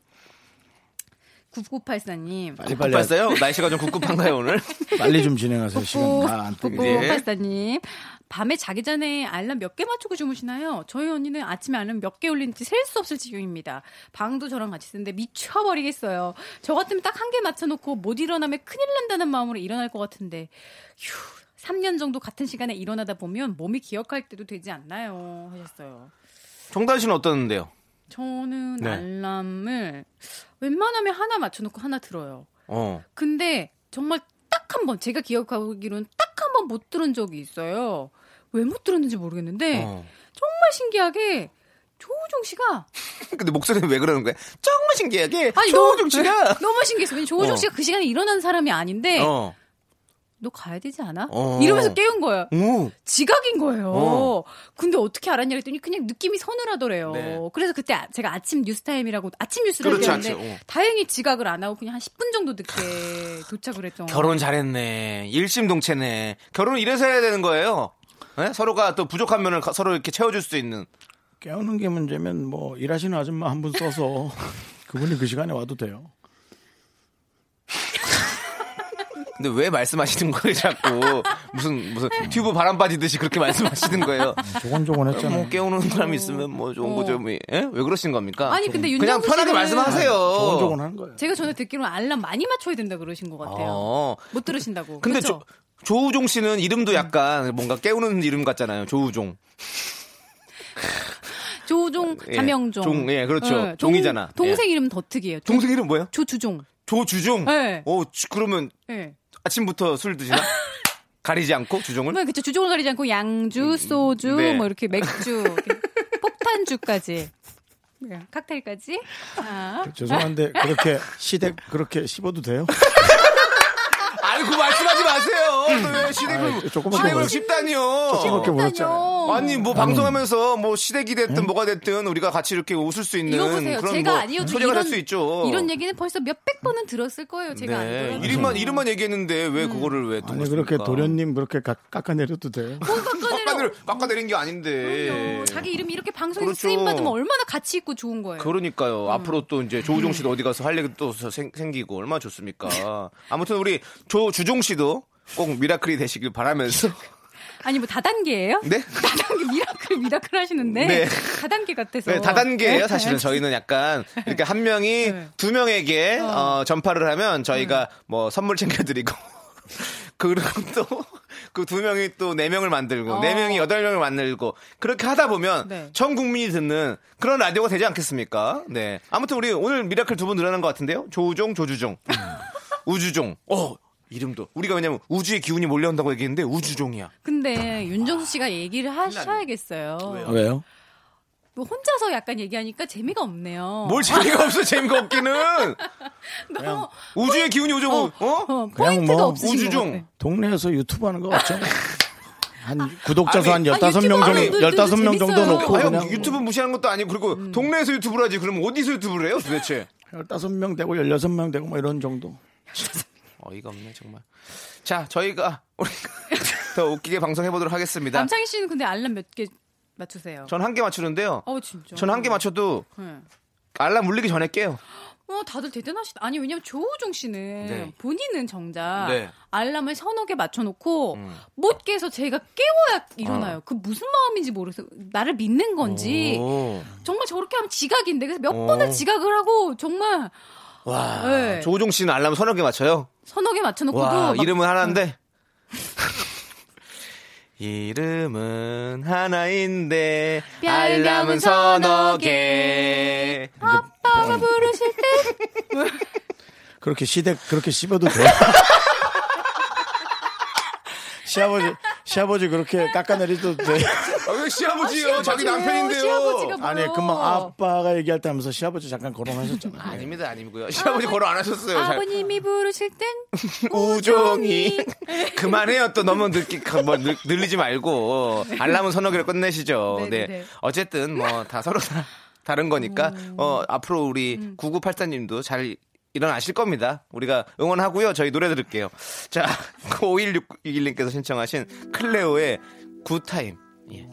S8: 9984님.
S1: 빨리 빨리
S2: 급급했어요? 날씨가 좀 급급한가요 오늘?
S1: 빨리 좀 진행하세요. 시간 다안 뜨게.
S8: 뽀뽀
S2: 예.
S8: 팔사님 밤에 자기 전에 알람 몇 개 맞추고 주무시나요? 저희 언니는 아침에 알람 몇 개 울리는지 셀 수 없을 지경입니다. 방도 저랑 같이 쓰는데 미쳐버리겠어요. 저 같으면 딱 한 개 맞춰놓고 못 일어나면 큰일 난다는 마음으로 일어날 것 같은데 휴 3년 정도 같은 시간에 일어나다 보면 몸이 기억할 때도 되지 않나요? 하셨어요.
S2: 정다은 씨는 어떠는데요?
S8: 저는
S2: 네.
S8: 알람을 웬만하면 하나 맞춰놓고 하나 들어요.
S2: 어.
S8: 근데 정말 딱 한 번 제가 기억하기로는 딱 한 번 못 들은 적이 있어요. 왜 못 들었는지 모르겠는데
S2: 어.
S8: 정말 신기하게 조우종 씨가
S2: 근데 목소리는 왜 그러는 거야? 정말 신기하게
S8: 아니,
S2: 조우종
S8: 너무- 네.
S2: 씨가
S8: 너무 신기했어요. 왜냐면 조우종
S2: 어.
S8: 씨가 그 시간에 일어난 사람이 아닌데
S2: 어.
S8: 너 가야 되지 않아?
S2: 어.
S8: 이러면서 깨운 거예요.
S2: 오.
S8: 지각인 거예요.
S2: 어.
S8: 근데 어떻게 알았냐 그랬더니 그냥 느낌이 서늘하더래요.
S2: 네.
S8: 그래서 그때 아- 제가 아침 뉴스타임이라고 아침 뉴스를
S2: 그렇죠,
S8: 했는데
S2: 아침, 어.
S8: 다행히 지각을 안 하고 그냥 한 10분 정도 늦게 도착을 했던
S2: 어. 결혼 잘했네. 일심동체네. 결혼은 이래서 해야 되는 거예요. 예? 서로가 또 부족한 면을 가- 서로 이렇게 채워줄 수 있는.
S1: 깨우는 게 문제면 뭐 일하시는 아줌마 한 분 써서 그분이 그 시간에 와도 돼요.
S2: 근데 왜 말씀하시는 거예요, 자꾸. 무슨, 무슨, 튜브 바람 빠지듯이 그렇게 말씀하시는 거예요.
S1: 조곤조곤 했잖아요.
S2: 뭐 깨우는 사람이 있으면 뭐 좋은 거죠. 뭐. 예? 왜 그러신 겁니까?
S8: 어. 아니, 근데
S2: 그냥
S8: 윤정수
S2: 편하게
S8: 씨는-
S2: 말씀하세요.
S1: 조곤조곤 아, 하는 거예요.
S8: 제가 전에 듣기로는 알람 많이 맞춰야 된다 그러신 것 같아요.
S2: 어.
S8: 못 들으신다고. 그렇죠?
S2: 근데
S8: 그쵸? 음.
S2: 조, 조우종 씨는 이름도 약간 뭔가 깨우는 이름 같잖아요. 조우종.
S8: 조종,
S2: 예.
S8: 자명종.
S2: 종, 예, 그렇죠.
S8: 예,
S2: 종이잖아.
S8: 동, 동생 이름 더특이에요. 조-
S2: 동생 이름 뭐예요?
S8: 조주종.
S2: 조주종?
S8: 네.
S2: 오, 주- 그러면
S8: 예.
S2: 아침부터 술 드시나? 가리지 않고 주종을?
S8: 네, 그쵸. 주종을 가리지 않고 양주, 소주,
S2: 네.
S8: 뭐 이렇게 맥주, 이렇게 폭탄주까지. 네, 칵테일까지. 아,
S1: 죄송한데 그렇게 시댁 그렇게 씹어도 돼요?
S2: 아니, 그 말씀하지 마세요. 또왜
S1: 음. 아이,
S2: 시댁을,
S1: 조그맣게
S2: 시댁을
S1: 먹었-
S2: 씹다니요.
S1: 이렇게 물었잖아요.
S2: 아니, 뭐
S1: 음.
S2: 방송하면서 뭐 시댁이 됐든 뭐가 됐든 우리가 같이 이렇게 웃을 수 있는
S8: 이거 보세요.
S2: 그런
S8: 제가
S2: 뭐
S8: 아니어도
S2: 소재가
S8: 이런-
S2: 될 수 있죠.
S8: 이런 얘기는 벌써 몇백 번은 들었을 거예요. 제가 안
S2: 네.
S8: 들어요. 음.
S2: 이름만, 이름만 얘기했는데 왜 그거를 왜 또.
S1: 아니 그렇게
S2: 그러십니까?
S1: 도련님 그렇게 가- 깎아내려도 돼요?
S2: 깎아내려, 깎아내린 게 아닌데.
S8: 음. 자기 이름 이렇게 방송에서
S2: 예. 그렇죠.
S8: 쓰임받으면 얼마나 가치 있고 좋은 거예요. 음.
S2: 그러니까요. 앞으로 또 이제 조우종 씨도 어디 가서 할 얘기 또 생, 기고 얼마나 좋습니까. 아무튼 우리 조주종 씨도 꼭 미라클이 되시길 바라면서.
S8: 아니 뭐 다단계예요?
S2: 네?
S8: 다단계 미라클 미라클 하시는데
S2: 네.
S8: 다단계 같아서
S2: 네, 다단계예요. 사실은 저희는 약간 이렇게 한 명이
S8: 네.
S2: 두 명에게 어, 전파를 하면 저희가 뭐 선물 챙겨드리고 그리고 또 그 두 명이 또 네 명을 만들고 네
S8: 어.
S2: 명이 여덟 명을 만들고 그렇게 하다 보면
S8: 네.
S2: 전 국민이 듣는 그런 라디오가 되지 않겠습니까? 네. 아무튼 우리 오늘 미라클 두 분 늘어난 것 같은데요. 조우종, 조주종, 우주종. 어 이름도 우리가 왜냐면 우주의 기운이 몰려온다고 얘기했는데 우주종이야.
S8: 근데 윤정수 씨가 얘기를 하셔야겠어요.
S1: 아, 왜요?
S8: 뭐 혼자서 약간 얘기하니까 재미가 없네요.
S2: 뭘 재미가 없어 재미가 없기는
S8: 너무
S2: 우주의 기운이 오죠. 뭐. 어?
S8: 어, 포인트가
S1: 뭐
S8: 없으신
S2: 우주종.
S8: 것 같아.
S1: 동네에서 유튜브 하는 거 같죠? 한 구독자 수 한
S2: 아니,
S8: 아,
S1: 15명
S8: 유튜브
S1: 정도,
S8: 분들도
S1: 15명 정도
S8: 재밌어요.
S1: 놓고
S2: 아니,
S1: 그냥
S2: 유튜브 무시하는 것도 아니고 그리고
S8: 음.
S2: 동네에서 유튜브를 하지 그러면 어디서 유튜브를 해요 도대체
S1: 15명 되고 16명 되고 뭐 이런 정도.
S2: 어이가 없네 정말 자 저희가 우리 더 웃기게 방송해보도록 하겠습니다
S8: 남창희 씨는 근데 알람 몇 개 맞추세요?
S2: 전 한 개 맞추는데요
S8: 어 진짜.
S2: 전 한 개 맞춰도
S8: 네.
S2: 알람 울리기 전에 깨요
S8: 어, 다들 대단하시다. 아니, 왜냐면 조우종 씨는
S2: 네.
S8: 본인은 정작
S2: 네. 음.
S8: 알람을 서너 개 맞춰놓고 못 깨서 제가 깨워야 일어나요. 그 무슨 마음인지 모르겠어요. 나를 믿는 건지.
S2: 오.
S8: 정말 저렇게 하면 지각인데. 그래서 몇
S2: 오.
S8: 번을 지각을 하고 정말
S2: 와.
S8: 네.
S2: 조우종 씨는 알람 서너 개 맞춰요?
S8: 서너 개 맞춰놓고도.
S2: 와,
S8: 막
S2: 이름은 하나인데. 이름은 하나인데
S8: 별명은
S2: 알람은 서너
S8: 서너
S2: 개.
S8: 아빠가 부르실 때
S1: 그렇게 시댁 그렇게 씹어도 돼. 시아버지 시아버지 그렇게 깎아내리도 돼.
S2: 아, 왜 시아버지요? 자기
S8: 시아버지예요. 시아버지가
S1: 아니
S8: 뭐예요?
S1: 금방 아빠가 얘기할 때 하면서 시아버지 잠깐 거론하셨잖아요.
S2: 아닙니다, 아니고요. 시아버지 고려 안 하셨어요. 잘-
S8: 아버님이 부르실 땐
S2: 우종이 그만해요 또 너무 늦게 뭐 늘- 늘리지 말고 알람은 서너 개로 끝내시죠. 네.
S8: 네, 네.
S2: 어쨌든 뭐 다 서로 다 다른 거니까 어 앞으로 우리 9984님도 잘 일어나실 겁니다. 우리가 응원하고요. 저희 노래 들을게요. 자, 51661님께서 신청하신 클레오의 굿타임. 예.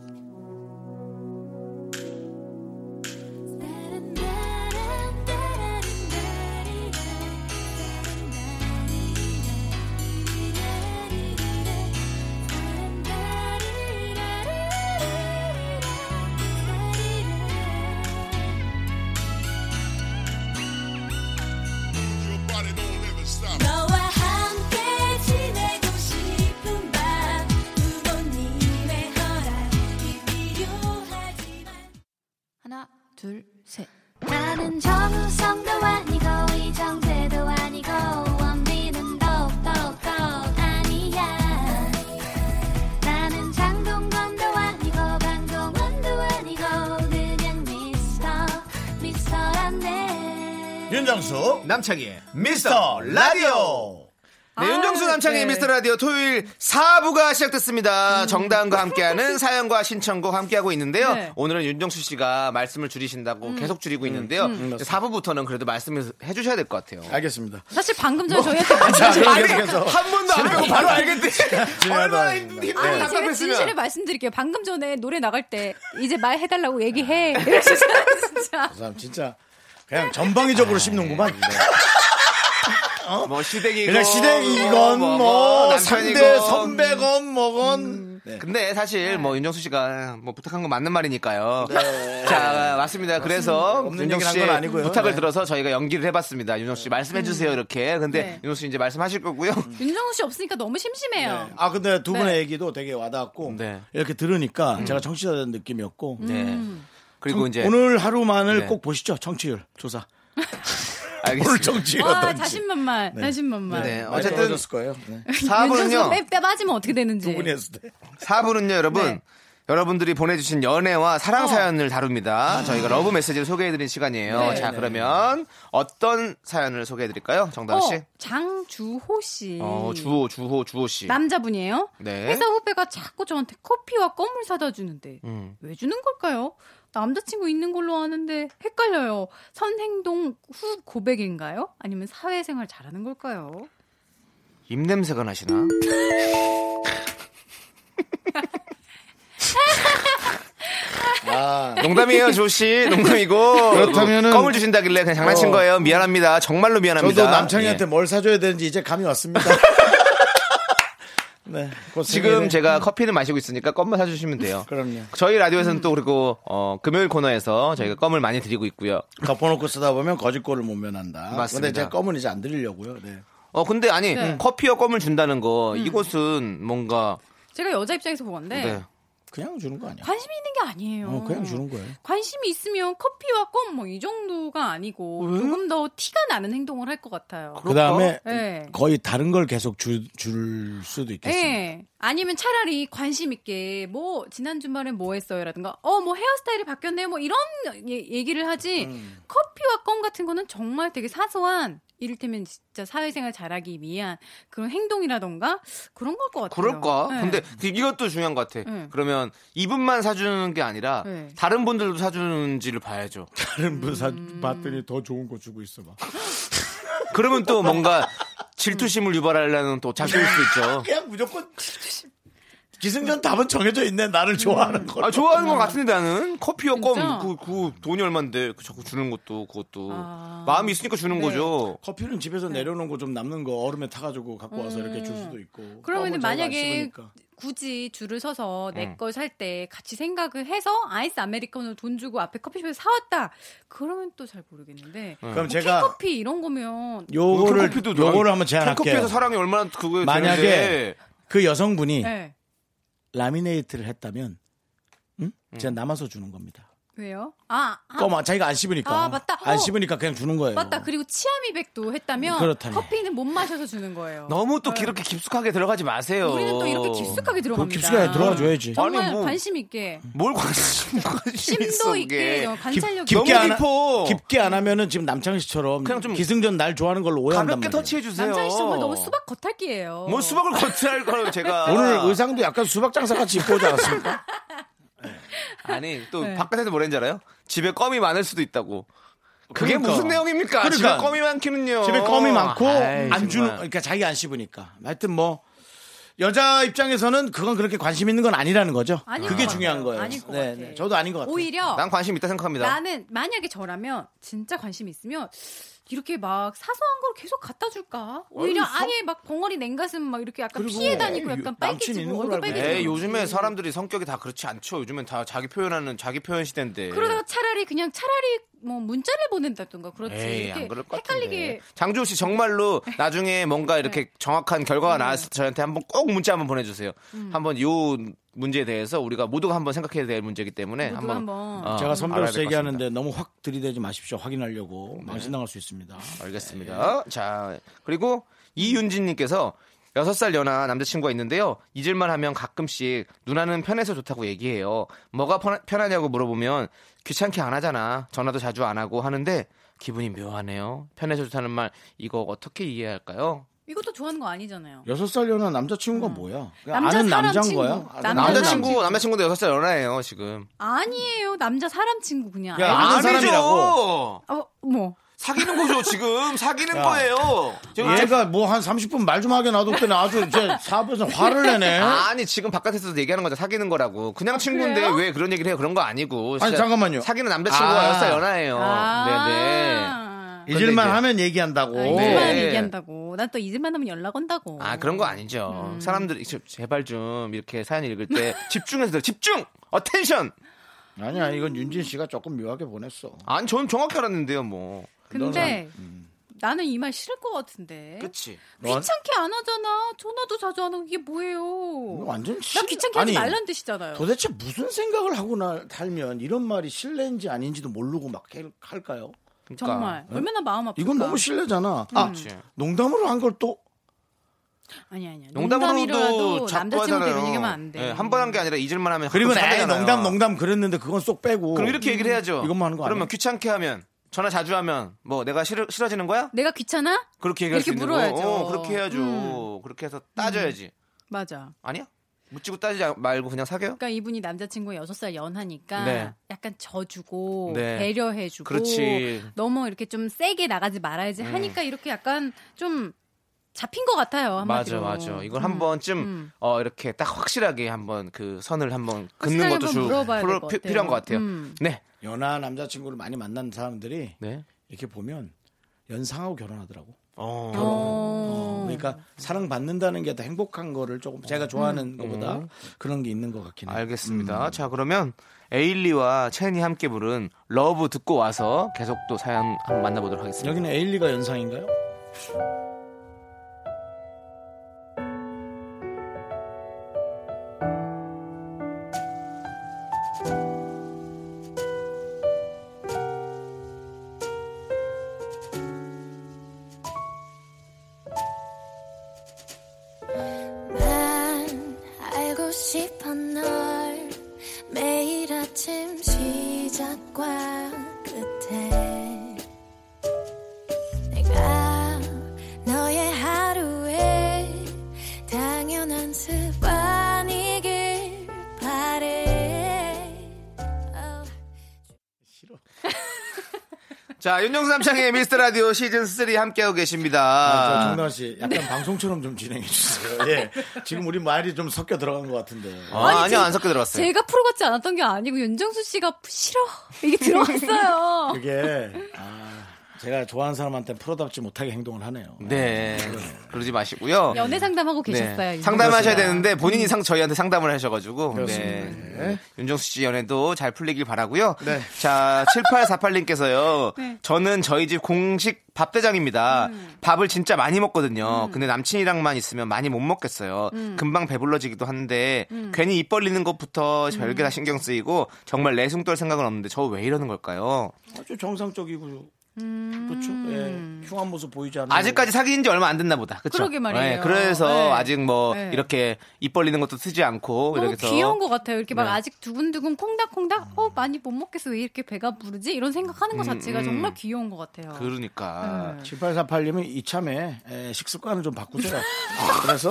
S3: 너와 함께 지내고 싶은 밤 부모님의 허락이 필요하지만
S8: 하나, 둘, 셋.
S3: 나는 정우성도 아니고 이정재도 아니고 원빈은 더욱더 아니야 나는 장동건도 아니고 강동원도 아니고 그냥 미스터 미스터란데
S7: 윤정수
S2: 남창희의
S7: 미스터 라디오.
S2: 네, 윤정수 남창의
S8: 네.
S2: 미스터 라디오 토요일 4부가 시작됐습니다. 정다은과 함께하는 사연과 신청곡 함께하고 있는데요.
S8: 네. 음,
S2: 오늘은 윤정수 씨가 말씀을 줄이신다고 계속 줄이고 있는데요. 4부부터는 그래도 말씀을 해주셔야 될 것 같아요.
S1: 알겠습니다.
S8: 사실 방금
S2: 뭐?
S8: 전에 저희한테 말씀하신
S1: 그럼 계속해서
S2: 한 번도 안 빼고 바로 알겠대. 얼마나
S1: 하겠습니다.
S2: 힘들고
S8: 아니, 제가 진실을 뭐
S2: 답답했으면.
S8: 말씀드릴게요. 방금 전에 노래 나갈 때 이제 말해달라고 얘기해. 이러시잖아요, 진짜.
S1: 그 사람 진짜 그냥 전방위적으로 씹는구만.
S2: 뭐 시댁이고.
S1: 그냥 그러니까 시댁이건 뭐,
S2: 뭐, 뭐,
S1: 상대
S2: 남편이건.
S1: 선배건 뭐건 네.
S2: 근데 사실 뭐 윤정수 씨가 뭐 부탁한 건 맞는 말이니까요. 자 맞습니다. 그래서
S1: 네. 없는
S2: 윤정수
S1: 얘기를 한건
S2: 씨의
S1: 아니고요.
S2: 부탁을
S1: 네.
S2: 들어서 저희가 연기를 해봤습니다. 윤정수 씨 말씀해 주세요 이렇게. 근데
S8: 네. 음.
S2: 윤정수 씨 이제 말씀하실 거고요.
S8: 윤정우 씨 없으니까 너무 심심해요.
S1: 아 근데 두
S8: 네.
S1: 분의 얘기도 되게 와닿았고
S2: 네.
S1: 이렇게 들으니까 제가 청취자된 느낌이었고
S2: 네. 그리고 이제
S1: 오늘 하루만을
S2: 네.
S1: 꼭 보시죠 청취율 조사 오늘
S2: 알겠습니다.
S1: 청취율
S8: 와,
S1: 어떤지
S8: 아, 자신만만, 자신만만.
S2: 네,
S1: 많이
S2: 어쨌든
S1: 떨어졌을 거예요 네.
S8: 윤정수
S2: 4부는요.
S8: 빼, 빼 빠지면 어떻게 되는지.
S1: 두 분이 했을 때
S2: 4부는요, 여러분.
S8: 네. 어.
S2: 여러분들이 보내주신 연애와 사랑 사연을 다룹니다. 저희가 러브 메시지를 소개해드린 시간이에요.
S8: 네.
S2: 자, 그러면 어떤 사연을 소개해드릴까요, 정다은
S8: 어, 음.
S2: 씨?
S8: 장주호 씨.
S2: 어, 주호, 주호, 주호 씨.
S8: 남자분이에요.
S2: 네.
S8: 회사 후배가 자꾸 저한테 커피와 껌을 사다 주는데
S2: 음.
S8: 왜 주는 걸까요? 남자친구 있는 걸로 아는데 헷갈려요. 선행동 후 고백인가요? 아니면 사회생활 잘하는 걸까요?
S2: 입냄새가 나시나? 농담이에요, 조씨. 농담이고.
S1: 그렇다면은-
S2: 껌을 주신다길래 그냥 장난친
S1: 어.
S2: 거예요. 미안합니다. 정말로 미안합니다.
S1: 저도 남창희한테
S2: 예.
S1: 뭘 사줘야 되는지 이제 감이 왔습니다 네 고생이네.
S2: 지금 제가 커피는 마시고 있으니까 껌만 사주시면 돼요.
S1: 그럼요
S2: 저희 라디오에서는 또 그리고 어, 금요일 코너에서 저희가 껌을 많이 드리고 있고요.
S1: 덮어놓고 쓰다 보면 거짓골을 못 면한다
S2: 맞습니다.
S1: 근데 제가 껌은 이제 안 드리려고요 네.
S2: 어 근데 아니
S8: 네.
S2: 커피와 껌을 준다는 거 이곳은 뭔가
S8: 제가 여자 입장에서 보건데
S2: 네.
S1: 그냥 주는 거 아니야
S8: 관심 있는 게 아니에요.
S1: 어, 그냥 주는 거예요
S8: 관심이 있으면 커피와 껌 뭐 이 정도가 아니고 조금 더 티가 나는 행동을 할 것 같아요.
S1: 그 다음에
S8: 네.
S1: 거의 다른 걸 계속 줄, 줄 수도
S8: 예.
S1: 있겠습니다
S8: 아니면 차라리 관심 있게 뭐 지난 주말에 뭐 했어요라든가 어 뭐 헤어스타일이 바뀌었네요 뭐 이런 얘- 얘기를 하지
S2: 음.
S8: 커피와 껌 같은 거는 정말 되게 사소한 이를테면 진짜 사회생활 잘하기 위한 그런 행동이라던가 그런 걸 것 같아요.
S2: 그럴까?
S8: 예.
S2: 근데 그- 이것도 중요한 것 같아.
S8: 네.
S2: 그러면 이분만 사주는 게 아니라
S8: 네.
S2: 다른 분들도 사주는지를 봐야죠.
S1: 다른 분 사,
S8: 음.
S1: 봤더니 더 좋은 거 주고 있어 봐
S2: 그러면 또 뭔가 질투심을 유발하려는 또 작전일 수 있죠.
S1: 그냥 무조건 기승전 답은 정해져 있네. 나를 좋아하는 거.
S2: 아, 좋아하는 것 같은데 나는 커피요
S8: 진짜?
S2: 껌 그, 그 돈이 얼만데 그 자꾸 주는 것도 그것도
S8: 아.
S2: 마음이 있으니까 주는 거죠.
S1: 커피는 집에서 내려놓은 거 좀 남는 거 얼음에 타가지고 갖고 와서 이렇게 줄 수도 있고.
S8: 그러면
S1: 껌은
S8: 은
S1: 아, 뭐 저희가 안
S8: 만약에
S1: 씹으니까.
S8: 굳이 줄을 서서
S1: 음.
S8: 내 걸 살 때 같이 생각을 해서 아이스 아메리카노 돈 주고 앞에 커피숍에서 사왔다. 그러면 또 잘 모르겠는데.
S1: 그럼
S8: 뭐
S1: 어, 제가
S8: 캔커피 이런 거면
S1: 요거를
S2: 어. 캔커피도
S1: 요거를
S2: 나랑-
S1: 한번 제안할게요.
S2: 캔커피에서 사랑이 얼마나 그거에
S1: 만약에
S2: 되는데
S1: 그 여성분이
S8: 네.
S1: 라미네이트를 했다면, 응? 제가 남아서 주는 겁니다.
S8: 왜요? 아, 아,
S1: 껌 아, 자기가 안 씹으니까.
S8: 아, 맞다.
S1: 안
S8: 어.
S1: 씹으니까 그냥 주는 거예요.
S8: 맞다. 그리고 치아미백도 했다면
S1: 그렇다네.
S8: 커피는 못 마셔서 주는 거예요.
S2: 너무 또 이렇게 깊숙하게 들어가지 마세요.
S8: 네. 우리는 또 이렇게 깊숙하게 들어갑니다.
S1: 그 깊숙하게 들어가줘야지.
S8: 정말
S2: 아니, 뭐.
S8: 관심 있게
S2: 뭘 관심 관심 있어
S8: 심도 있게
S2: 그게.
S8: 어, 관찰력
S1: 깊- 깊게
S2: 너무
S1: 안 하-
S2: 깊어.
S1: 깊게 안 하면은 지금 남창희 씨처럼
S2: 그냥 좀
S1: 기승전 날 좋아하는 걸로 오해한단
S2: 가볍게
S1: 말이에요.
S2: 터치해 주세요.
S8: 남창희 씨 정말 너무 수박 겉핥기예요.
S2: 뭐 수박을 거치할 거라고 제가
S1: 어. 오늘 의상도 약간 수박 장사같이 입고 오지 않았습니까?
S2: 아니 또
S8: 네.
S2: 바깥에서 뭐랬는지 알아요? 집에 껌이 많을 수도 있다고. 그게
S1: 그러니까.
S2: 무슨 내용입니까? 집에
S1: 그러니까.
S2: 껌이 많기는요.
S1: 집에 껌이 많고
S2: 아이,
S1: 안 주는
S2: 정말.
S1: 그러니까 자기 안 씹으니까. 하여튼 뭐 여자 입장에서는 그건 그렇게 관심 있는 건 아니라는 거죠.
S8: 아닐
S1: 그게
S8: 것
S1: 중요한
S8: 같아요.
S1: 거예요.
S8: 아닐 것
S1: 네,
S8: 같아.
S1: 네. 저도 아닌 것 같아요.
S8: 오히려
S2: 난 관심 있다 생각합니다.
S8: 어. 나는 만약에 저라면 진짜 관심 있으면 이렇게 막 사소한 걸 계속 갖다 줄까? 오히려 아예 막 벙어리 냉가슴 막 이렇게 약간
S1: 그리고
S8: 피해 다니고
S1: 남친
S8: 약간
S1: 있는
S8: 빨개지고
S1: 걸
S8: 얼굴
S1: 알고
S8: 빨개지고
S2: 에이, 요즘에 사람들이 성격이 다 그렇지 않죠. 요즘엔 다 자기 표현하는 자기 표현 시대인데.
S8: 그러다가 차라리 그냥 차라리 뭐 문자를 보낸다든가 그렇지
S2: 에이,
S8: 이렇게
S2: 안 그럴 것
S8: 헷갈리게 네.
S2: 같은데. 장주호 씨 정말로 나중에 뭔가 이렇게 정확한
S8: 음.
S2: 결과가 나왔을 때 저한테 한번 꼭 문자 한번 보내주세요. 한번 요 문제에 대해서 우리가 모두가 한번 생각해야 될 문제이기 때문에
S8: 모두가
S2: 한번,
S8: 한번.
S2: 어,
S1: 제가
S2: 알아야
S1: 선배로서
S2: 될것 같습니다.
S1: 얘기하는데 너무 확 들이대지 마십시오. 확인하려고 망신당할 수 있습니다.
S2: 네. 알겠습니다. 자, 그리고 이윤진님께서 6살 연하 남자친구가 있는데요. 잊을만 하면 가끔씩 누나는 편해서 좋다고 얘기해요. 뭐가 편- 편하냐고 물어보면 귀찮게 안 하잖아. 전화도 자주 안 하고 하는데 기분이 묘하네요. 편해서 좋다는 말 이거 어떻게 이해할까요?
S8: 이것도 좋아하는 거 아니잖아요.
S1: 여섯 살 연하 남자친구가 뭐야? 그냥
S8: 음. 남자
S1: 아는
S8: 사람
S1: 남자인
S8: 친구.
S1: 거야?
S8: 남자
S1: 아는
S8: 사람
S1: 남자.
S2: 남자친구, 남자친구도 6살 연하예요, 지금.
S8: 아니에요. 남자 사람 친구 그냥.
S1: 야, 아는 사람이라고.
S2: 아니죠!
S8: 어, 뭐.
S2: 사귀는 거죠, 지금. 사귀는 거예요. 지금
S1: 얘가 뭐 한 30분 말 좀 하게 놔뒀더니 아주 이제 사업에서 화를 내네.
S2: 아니 지금 바깥에서도 얘기하는 거죠 사귀는 거라고 그냥 친구인데
S8: 그래요?
S2: 왜 그런 얘기를 해요 그런 거 아니고
S1: 아니,
S2: 진짜
S1: 잠깐만요.
S2: 사귀는 남자친구가
S1: 아.
S2: 여섯 살 연하예요 어, 네네
S8: 아.
S1: 잊을만
S2: 이제-
S1: 하면 얘기한다고.
S8: 아, 잊을만
S2: 네.
S8: 얘기한다고. 난 또 잊을만 하면 연락 온다고.
S2: 아 그런 거 아니죠 사람들이 제- 제발 좀 이렇게 사연 읽을 때 집중해서 들어 집중 어텐션
S1: 아니야, 이건 윤진 씨가 조금 묘하게 보냈어.
S2: 아니 저는 정확히 알았는데요 뭐
S8: 근데
S2: 음.
S8: 나는 이 말 싫을 것 같은데.
S2: 네. 그치 뭐,
S8: 귀찮게 안 하잖아. 전화도 자주 안 하고 이게
S1: 이거
S8: 뭐예요?
S1: 완전 실-
S8: 나 귀찮게 하지
S1: 아니,
S8: 말란 뜻이잖아요.
S1: 도대체 무슨 생각을 하고 나 달면 이런 말이 실례인지 아닌지도 모르고 막 해- 할까요?
S2: 그러니까.
S8: 정말
S2: 네?
S8: 얼마나 마음 아플까?
S1: 이건 너무 실례잖아.
S2: 음.
S1: 아, 농담으로 한 걸 또
S8: 아니 아니 아니.
S2: 농담으로도
S8: 농담이라도
S2: 자꾸
S8: 남자친구
S2: 하잖아요 네,
S8: 때문에 얘기하면 안 돼.
S2: 한 번 한 게 아니라 잊을만 하면
S1: 그리고
S2: 가끔
S1: 아예
S2: 사귀잖아요.
S1: 농담 농담 그랬는데 그건 쏙 빼고
S2: 그럼 이렇게 얘기를 해야죠
S1: 이것만 하는 거
S2: 그러면
S1: 아니야?
S2: 귀찮게 하면 전화 자주 하면 뭐 내가 싫어, 싫어지는 거야?
S8: 내가 귀찮아?
S2: 그렇게 얘기할
S8: 이렇게
S2: 수 있는
S8: 물어야죠. 음.
S2: 거. 어, 그렇게 해야죠. 그렇게 해서 따져야지.
S8: 맞아.
S2: 아니야? 묻지고 따지지 말고 그냥 사겨요?
S8: 그러니까 이분이 남자친구 6살 연하니까
S2: 네.
S8: 약간 져주고
S2: 네.
S8: 배려해주고
S2: 그렇지. 네.
S8: 너무 이렇게 좀 세게 나가지 말아야지 하니까 이렇게 약간 좀 잡힌 것 같아요.
S2: 맞아,
S8: 한마디로.
S2: 맞아. 이걸
S8: 음.
S2: 한 번쯤
S8: 음.
S2: 어, 이렇게 딱 확실하게 한번 그 선을 한번 긋는
S8: 확실하게
S2: 것도
S8: 한번
S2: 주,
S8: 물어봐야
S2: 필요-
S8: 될것
S2: 피-
S8: 같아요.
S2: 필요한 것 같아요.
S8: 음.
S2: 네.
S1: 연하 남자친구를 많이 만난 사람들이
S2: 네.
S1: 이렇게 보면 연상하고 결혼하더라고.
S2: 어.
S8: 음. 어.
S1: 그러니까 사랑 받는다는 게 더 행복한 거를 조금 제가 좋아하는 것보다 그런 게 있는 것 같긴 해요.
S2: 음.
S8: 음.
S2: 알겠습니다. 자, 그러면 에일리와 첸이 함께 부른 러브 듣고 와서 계속 또 사연 한번 만나보도록 하겠습니다.
S1: 여기는 에일리가 연상인가요?
S3: 난 알고 싶어 널 매일 아침 시작과 끝에 내가 Oh.
S2: 자, 윤정수 남창의 미스터 라디오 시즌 3 함께하고
S1: 아,
S2: 계십니다.
S1: 정당 씨, 약간 방송처럼 좀 진행해 주세요. 예. 지금 우리 말이 좀 섞여 들어간 것 같은데.
S2: 아,
S8: 아니,
S2: 아니요,
S8: 제-
S2: 안 섞여 들어갔어요.
S8: 제가 프로 같지 않았던 게 아니고 윤정수 씨가 싫어 이게 들어왔어요.
S1: 그게 아, 제가 좋아하는 사람한테 프로답지 못하게 행동을 하네요.
S2: 네. 그러지 마시고요.
S8: 연애 상담하고 계셨어요.
S2: 네.
S8: 윤정수
S2: 상담하셔야
S8: 씨가.
S2: 되는데 본인이 상 저희한테 상담을 하셔가지고 네.
S1: 그렇습니다. 네.
S2: 윤정수 씨 연애도 잘 풀리길 바라고요. 자 7848님께서요.
S8: 네.
S2: 저는 저희 집 공식 밥 대장입니다.
S8: 음.
S2: 밥을 진짜 많이 먹거든요. 근데 남친이랑만 있으면 많이 못 먹겠어요.
S8: 음.
S2: 금방 배불러지기도 한데 괜히 입 벌리는 것부터
S8: 음.
S2: 별게 다 신경 쓰이고 정말 내숭떨 생각은 없는데 저 왜 이러는 걸까요?
S1: 아주 정상적이고 그렇죠. 예. 흉한 모습 보이지 않는
S2: 음. 아직까지 사귄 지 얼마 안 됐나 보다. 그쵸?
S8: 그러게 말이에요.
S2: 네, 그래서
S8: 네.
S2: 아직 뭐
S8: 네.
S2: 이렇게 입 벌리는 것도 쓰지 않고
S8: 너무
S2: 이렇게 해서
S8: 어, 귀여운 것 같아요. 이렇게 막
S2: 네.
S8: 아직 두근두근 콩닥콩닥 어 많이 못 먹겠어 왜 이렇게 배가 부르지 이런 생각하는 것 자체가 정말 귀여운 것 같아요.
S2: 음, 그러니까
S8: 네.
S1: 7848님은 이참에 에, 식습관을 좀 바꾸세요. 아, 그래서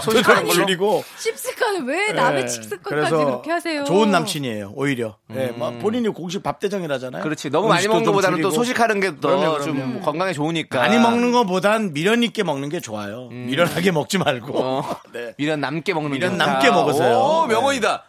S1: 소식을
S2: 걸로?
S1: 줄이고
S8: 씹스칸을 왜
S2: 네.
S8: 남의
S1: 예,
S8: 씹스칸까지
S1: 그래서
S8: 그렇게 하세요?
S1: 좋은 남친이에요. 오히려 예, 막 본인이 공식 밥 대장이라잖아요.
S2: 음. 그렇지 너무 많이
S1: 음식도
S2: 먹는
S1: 좀
S2: 것보다는 또
S1: 줄이고.
S2: 소식하는 게
S1: 그럼요,
S2: 더 좀 건강에 좋으니까
S1: 많이 먹는 것보단 미련 있게 먹는 게 좋아요. 미련하게 먹지 말고.
S2: 음. 어,
S1: 네.
S2: 미련 남게 먹는
S1: 미련
S2: 게
S1: 남게
S2: 좋다.
S1: 먹으세요.
S2: 오,
S1: 네.
S2: 명언이다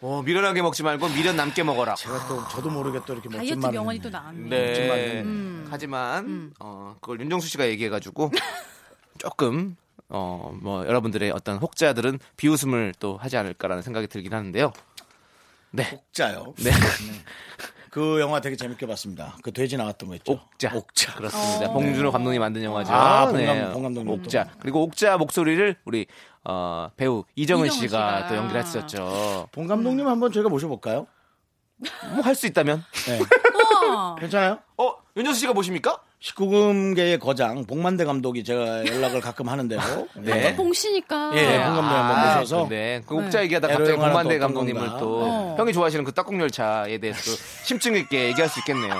S2: 오, 미련하게 먹지 말고 미련 남게 먹어라
S1: 제가 또 저도 모르게 또 이렇게 먹지
S8: 다이어트
S1: 말고.
S8: 명언이 또 나왔네.
S2: 네
S8: 음.
S2: 하지만 어, 그걸 윤정수 씨가 얘기해가지고 조금 어 뭐 여러분들의 어떤 혹자들은 비웃음을 또 하지 않을까라는 생각이 들긴 하는데요 네
S1: 옥자요.
S2: 네.
S1: 그 영화 되게 재밌게 봤습니다. 그 돼지 나왔던 거 있죠.
S2: 옥자.
S1: 옥자. 어. 네.
S2: 그렇습니다. 봉준호 감독님이 만든 영화죠.
S1: 아, 봉 감- 봉 감독님
S2: 네. 옥자. 그리고 옥자 목소리를 우리 어, 배우 이정은
S8: 이정은
S2: 씨가
S8: 씨가.
S2: 또 연기를 했었죠.
S1: 봉 감독님 한번 저희가 모셔볼까요?
S2: 뭐 할 수 있다면?
S1: 네.
S8: 우와.
S1: 괜찮아요?
S2: 어, 윤정수 씨가 보십니까?
S1: 19금계의 거장 봉만대 감독이 제가 연락을 가끔 하는데요.
S2: 네.
S8: 아, 봉씨니까.
S1: 예, 봉 감독님 한번 모셔서
S2: 네. 그 옥자 얘기하다
S1: 에로
S2: 갑자기
S1: 영화는
S2: 공만대
S1: 또 어떤
S2: 감독님을
S1: 건가?
S2: 또
S8: 네.
S2: 형이 좋아하시는 그 딱국열차에 대해서 또 심층 있게 얘기할 수 있겠네요.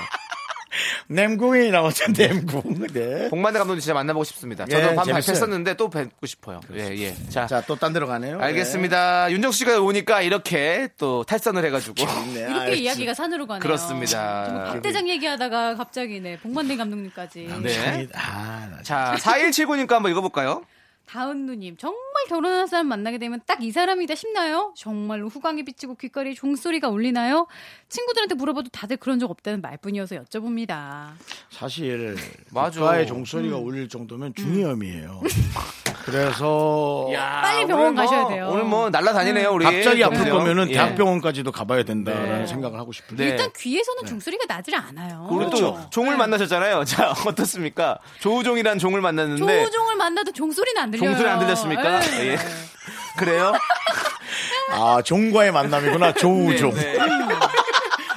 S1: 냄궁이 나오죠. 냄궁. 네.
S2: 공만대 감독님 진짜 만나보고 싶습니다.
S1: 예,
S2: 저도 밤
S1: 재밌어요.
S2: 발표했었는데 또 뵙고 싶어요. 예, 예. 자,
S1: 자, 또 딴 데로 가네요.
S2: 알겠습니다. 윤정수 씨가 오니까 이렇게 또 탈선을 해가지고.
S1: 네.
S8: 이렇게
S1: 아유,
S8: 이야기가 산으로 가네요.
S2: 그렇습니다.
S8: 정말 박 대장 얘기하다가 갑자기 네 봉만대 감독님까지.
S2: 네.
S1: 진짜. 아, 나 진짜.
S2: 자, 4179니까 한번 읽어볼까요?
S8: 다은 누님 정말 결혼한 사람 만나게 되면 딱 이 사람이다 싶나요? 정말로 후광이 비치고 귓가리에 종소리가 울리나요? 친구들한테 물어봐도 다들 그런 적 없다는 말뿐이어서 여쭤봅니다.
S1: 사실
S2: 맞아.
S1: 국가의
S8: 음.
S1: 종소리가 울릴 정도면 중이염이에요. 그래서
S8: 빨리 병원
S2: 오늘 뭐,
S8: 가셔야 돼요.
S2: 오늘 뭐 날라다니네요, 우리.
S1: 아, 갑자기 아플
S2: 그래요?
S1: 거면은
S2: 예.
S1: 대학병원까지도 가봐야 된다라는 생각을 하고 싶은데
S2: 네.
S8: 일단 귀에서는 종소리가 나질 않아요. 그렇죠. 네.
S2: 우리 또 그렇죠. 종을 만나셨잖아요. 자, 어떻습니까? 조우종이란 종을 만났는데
S8: 조우종을 만나도 종소리는 안 들려요.
S2: 종소리 안 들렸습니까?
S8: 예.
S2: 예. 그래요?
S1: 아 종과의 만남이구나 조우종.
S2: 네.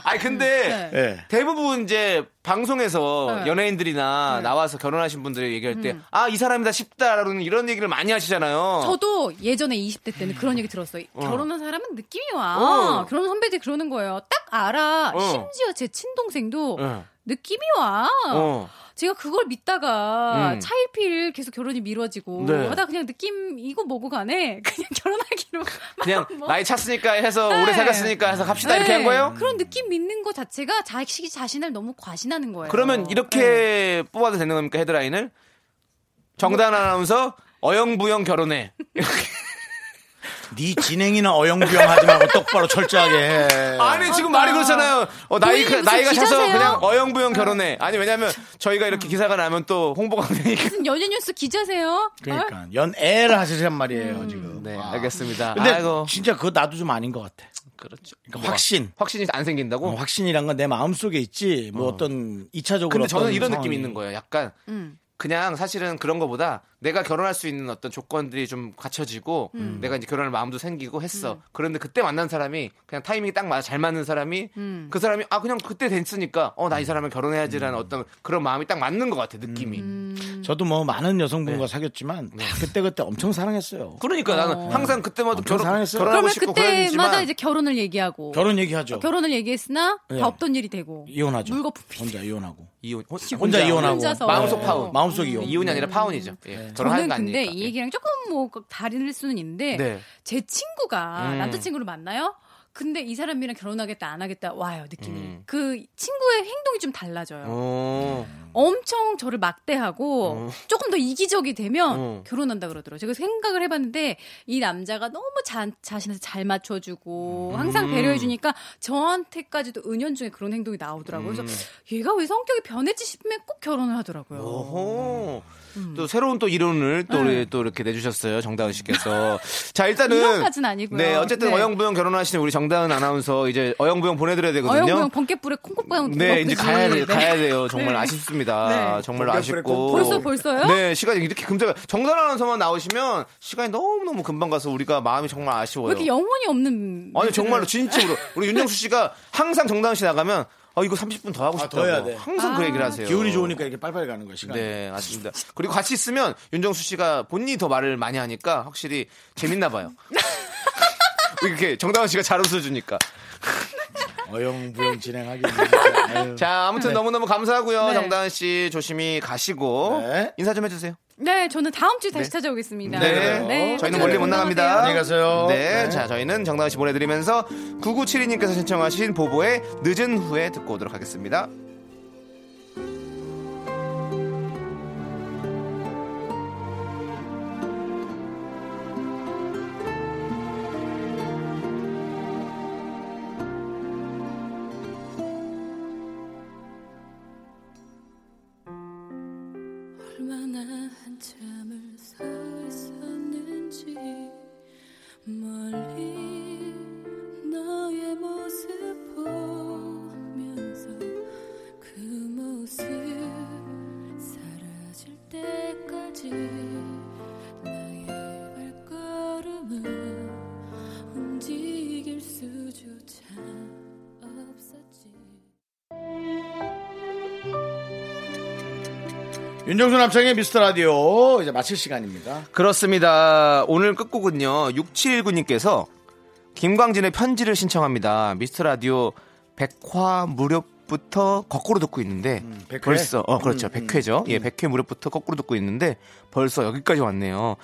S2: 아니 근데
S1: 예.
S2: 대부분 이제 방송에서
S8: 네. 음.
S2: 연예인들이나 나와서 결혼하신 분들이 얘기할 때 아 이 사람이다 싶다라는 이런 얘기를 많이 하시잖아요.
S8: 저도 예전에 20대 때는 그런 얘기 들었어요. 결혼한 사람은 느낌이 와.
S2: 어.
S8: 결혼 선배들이 그러는 거예요. 딱 알아.
S2: 어.
S8: 심지어 제 친동생도
S2: 예.
S8: 느낌이 와.
S2: 어.
S8: 제가 그걸 믿다가
S2: 음.
S8: 차일피일 계속 결혼이 미뤄지고
S2: 네.
S8: 하다 그냥 느낌 이고 뭐고 간에 그냥 결혼하기로
S2: 그냥
S8: 막 뭐-
S2: 나이 찼으니까 해서
S8: 네.
S2: 오래 살았으니까 해서 갑시다 이렇게
S8: 네.
S2: 한 거예요?
S8: 그런 느낌 믿는 거 자체가 자식이 자신을 너무 과신하는 거예요.
S2: 그러면 이렇게
S8: 네.
S2: 뽑아도 되는 겁니까 헤드라인을? 정단 아나운서 어영부영 결혼해.
S1: 네 진행이나 어영부영 하지 말고 똑바로 철저하게 해.
S2: 아니 지금
S8: 맞다.
S2: 말이 그렇잖아요. 어, 나이
S8: 본인이 무슨
S2: 나이가 차서
S8: 기자세요? 네. 음.
S2: 그냥 어영부영 결혼해. 아니 왜냐면 저희가 이렇게 기사가 나면 또 홍보가 안 되니까.
S8: 무슨 연예 뉴스 기자세요? 어?
S1: 그러니까 연애를 하시란 말이에요 지금.
S2: 네
S1: 아.
S2: 알겠습니다.
S1: 근데
S2: 아이고
S1: 진짜 그거 나도 좀 아닌 것 같아.
S2: 그렇죠.
S1: 그러니까 확신.
S2: 확신이 안 생긴다고.
S1: 어, 확신이란 건 내 마음 속에 있지 뭐 어. 떤 이차적으로.
S2: 근데 저는
S1: 어떤
S2: 이런
S1: 상황이-
S2: 느낌이 있는 거예요. 약간
S8: 음.
S2: 그냥 사실은 그런 거보다 내가 결혼할 수 있는 어떤 조건들이 좀 갖춰지고 내가 이제 결혼할 마음도 생기고 했어. 그런데 그때 만난 사람이 그냥 타이밍이 딱 맞아 잘 맞는 사람이
S8: 음.
S2: 그 사람이 아 그냥 그때 됐으니까 어 나
S1: 음.
S2: 이 사람을 결혼해야지라는 어떤 그런 마음이 딱 맞는 것 같아 느낌이.
S8: 음.
S1: 저도 뭐 많은 여성분과 사귀었지만 그때 그때 엄청 사랑했어요.
S2: 네. 그러니까 나는 항상 그때마다
S1: 엄청
S2: 결혼
S1: 사랑했어요.
S2: 결혼하고
S8: 그러면
S2: 싶고
S8: 그때마다
S2: 그랬지만
S8: 이제 결혼을 얘기하고
S1: 결혼
S2: 아,
S1: 얘기하죠.
S8: 을 얘기했으나
S1: 네.
S8: 다 없던 일이 되고
S1: 이혼하죠.
S8: 물거품
S1: 혼자 이혼하고.
S2: 이혼 혼-
S1: 혼자, 이혼하고. 네.
S8: 혼자서.
S2: 마음속 파혼.
S1: 마음속 이혼.
S2: 이혼이 아니라 파혼이죠. 예. 결혼하는
S8: 네. 저는
S2: 거 아니니까.
S8: 근데
S2: 예.
S8: 이 얘기랑 조금 뭐 다를 그 수는 있는데
S2: 네.
S8: 제 친구가
S2: 음.
S8: 남자친구를 만나요. 근데 이 사람이랑 결혼하겠다 안 하겠다 와요 느낌이. 그 친구의 행동이 좀 달라져요.
S2: 음. 어.
S1: 음.
S8: 엄청 저를 막대하고 조금 더 이기적이 되면
S2: 어.
S8: 결혼한다 그러더라고요. 제가 생각을 해봤는데 이 남자가 너무 자, 자신을 잘 맞춰주고
S2: 음.
S8: 항상 배려해주니까 저한테까지도 은연중에 그런 행동이 나오더라고요. 그래서
S2: 음.
S8: 얘가 왜 성격이 변했지 싶으면 꼭 결혼을 하더라고요.
S2: 오호.
S8: 음.
S2: 또 새로운 또 이론을 또, 우리 또 이렇게 내주셨어요 정다은 씨께서 자 일단은
S8: 네. 이론까지는 아니고요.
S2: 네 어쨌든
S8: 네.
S2: 어영부영 결혼하시는 우리 정다은 아나운서 이제 어영부영 보내드려야 되거든요.
S8: 어영부영 번개불에 콩국빵
S2: 네 이제
S8: 들어가듯이.
S2: 가야 돼
S8: 네.
S2: 가야 돼요 정말
S8: 네.
S2: 아쉽습니다
S8: 네.
S2: 정말
S1: 벌써
S2: 아쉽고
S8: 벌써 벌써요?
S2: 네 시간이 이렇게 금방 정다은 아나운서만 나오시면 시간이 너무 너무 금방 가서 우리가 마음이 정말
S8: 왜
S2: 아쉬워요.
S8: 이렇게 네. 영혼이 없는
S2: 아니 정말로 진짜로 우리 윤정수 씨가 항상 정다은 씨 나가면 아 이거 30분 더 하고
S1: 아,
S2: 싶다고
S1: 더 해야 돼.
S2: 항상 그 얘기를 하세요.
S1: 기운이 좋으니까 이렇게 빨빨 가는 거야 시간.
S2: 네, 맞습니다. 그리고 같이 있으면 윤정수 씨가 본인이 더 말을 많이 하니까 확실히 재밌나 봐요. 이렇게 정다은 씨가 잘 웃어주니까.
S1: 어영부영 진행하기. 힘드니까. 아유.
S2: 네. 자, 아무튼 너무너무 감사하고요.
S8: 네.
S2: 정다은 씨 조심히 가시고
S1: 네.
S2: 인사 좀 해주세요.
S8: 네 저는 다음 주에 다시 찾아오겠습니다.
S2: 네. 저희는
S8: 어떻게
S2: 멀리 못
S8: 건강하세요.
S2: 나갑니다.
S1: 안녕히 가세요.
S2: 네, 자, 저희는 정다은 씨 보내드리면서 9972님께서 신청하신 보보의 늦은 후에 듣고 오도록 하겠습니다.
S3: 얼마나 한참을 서 있었는지 멀리 너의 모습 보면서 그 모습 사라질 때까지 나의 발걸음은 움직일 수조차 없었지
S1: 윤정수 남창의 미스터 라디오 이제 마칠 시간입니다.
S2: 그렇습니다. 오늘 끝곡은요. 6719님께서 김광진의 편지를 신청합니다. 미스터 라디오 백화 무렵부터 거꾸로 듣고 있는데
S1: 음, 백회?
S2: 벌써 어 그렇죠.
S1: 음,
S2: 백회죠예, 백회 무렵부터 거꾸로 듣고 있는데 벌써 여기까지 왔네요.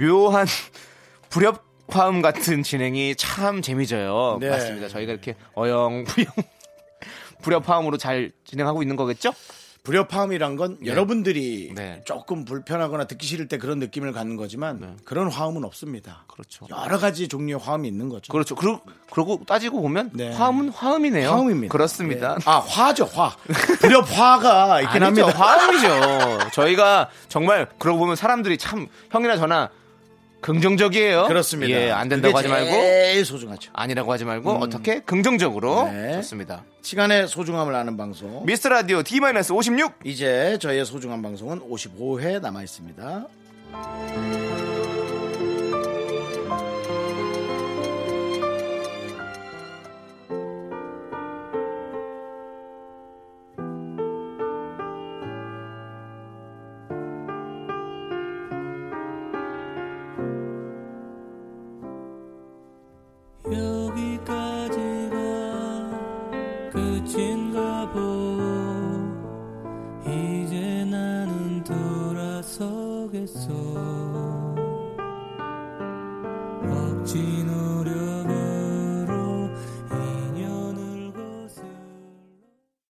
S2: 묘한 불협 화음 같은 진행이 참 재미져요.
S1: 네.
S2: 맞습니다. 저희가 이렇게 어영부영 불협 화음으로 잘 진행하고 있는 거겠죠?
S1: 불협화음이란 건 여러분들이
S2: 네.
S1: 조금 불편하거나 듣기 싫을 때 그런 느낌을 갖는 거지만 그런 화음은 없습니다.
S2: 그렇죠.
S1: 여러 가지 종류의 화음이 있는 거죠.
S2: 그렇죠. 그러, 그러고 따지고 보면
S1: 네.
S2: 화음은 화음이네요.
S1: 화음입니다.
S2: 그렇습니다.
S1: 아 화죠 화. 불협화가 있긴
S2: 아니죠.
S1: 합니다.
S2: 화음이죠. 저희가 정말 그러고 보면 사람들이 참 형이나 저나 긍정적이에요.
S1: 그렇습니다.
S2: 예, 안 된다고 하지
S1: 그게
S2: 말고
S1: 제일 소중하죠.
S2: 아니라고 하지 말고 어떻게 긍정적으로
S1: 네.
S2: 좋습니다.
S1: 시간의 소중함을 아는 방송.
S2: 미스터 라디오 D-56
S1: 이제 저희의 소중한 방송은 55회 남아 있습니다.
S7: 여기까지가 끝인가 보 이제 나는 돌아서겠어 억지로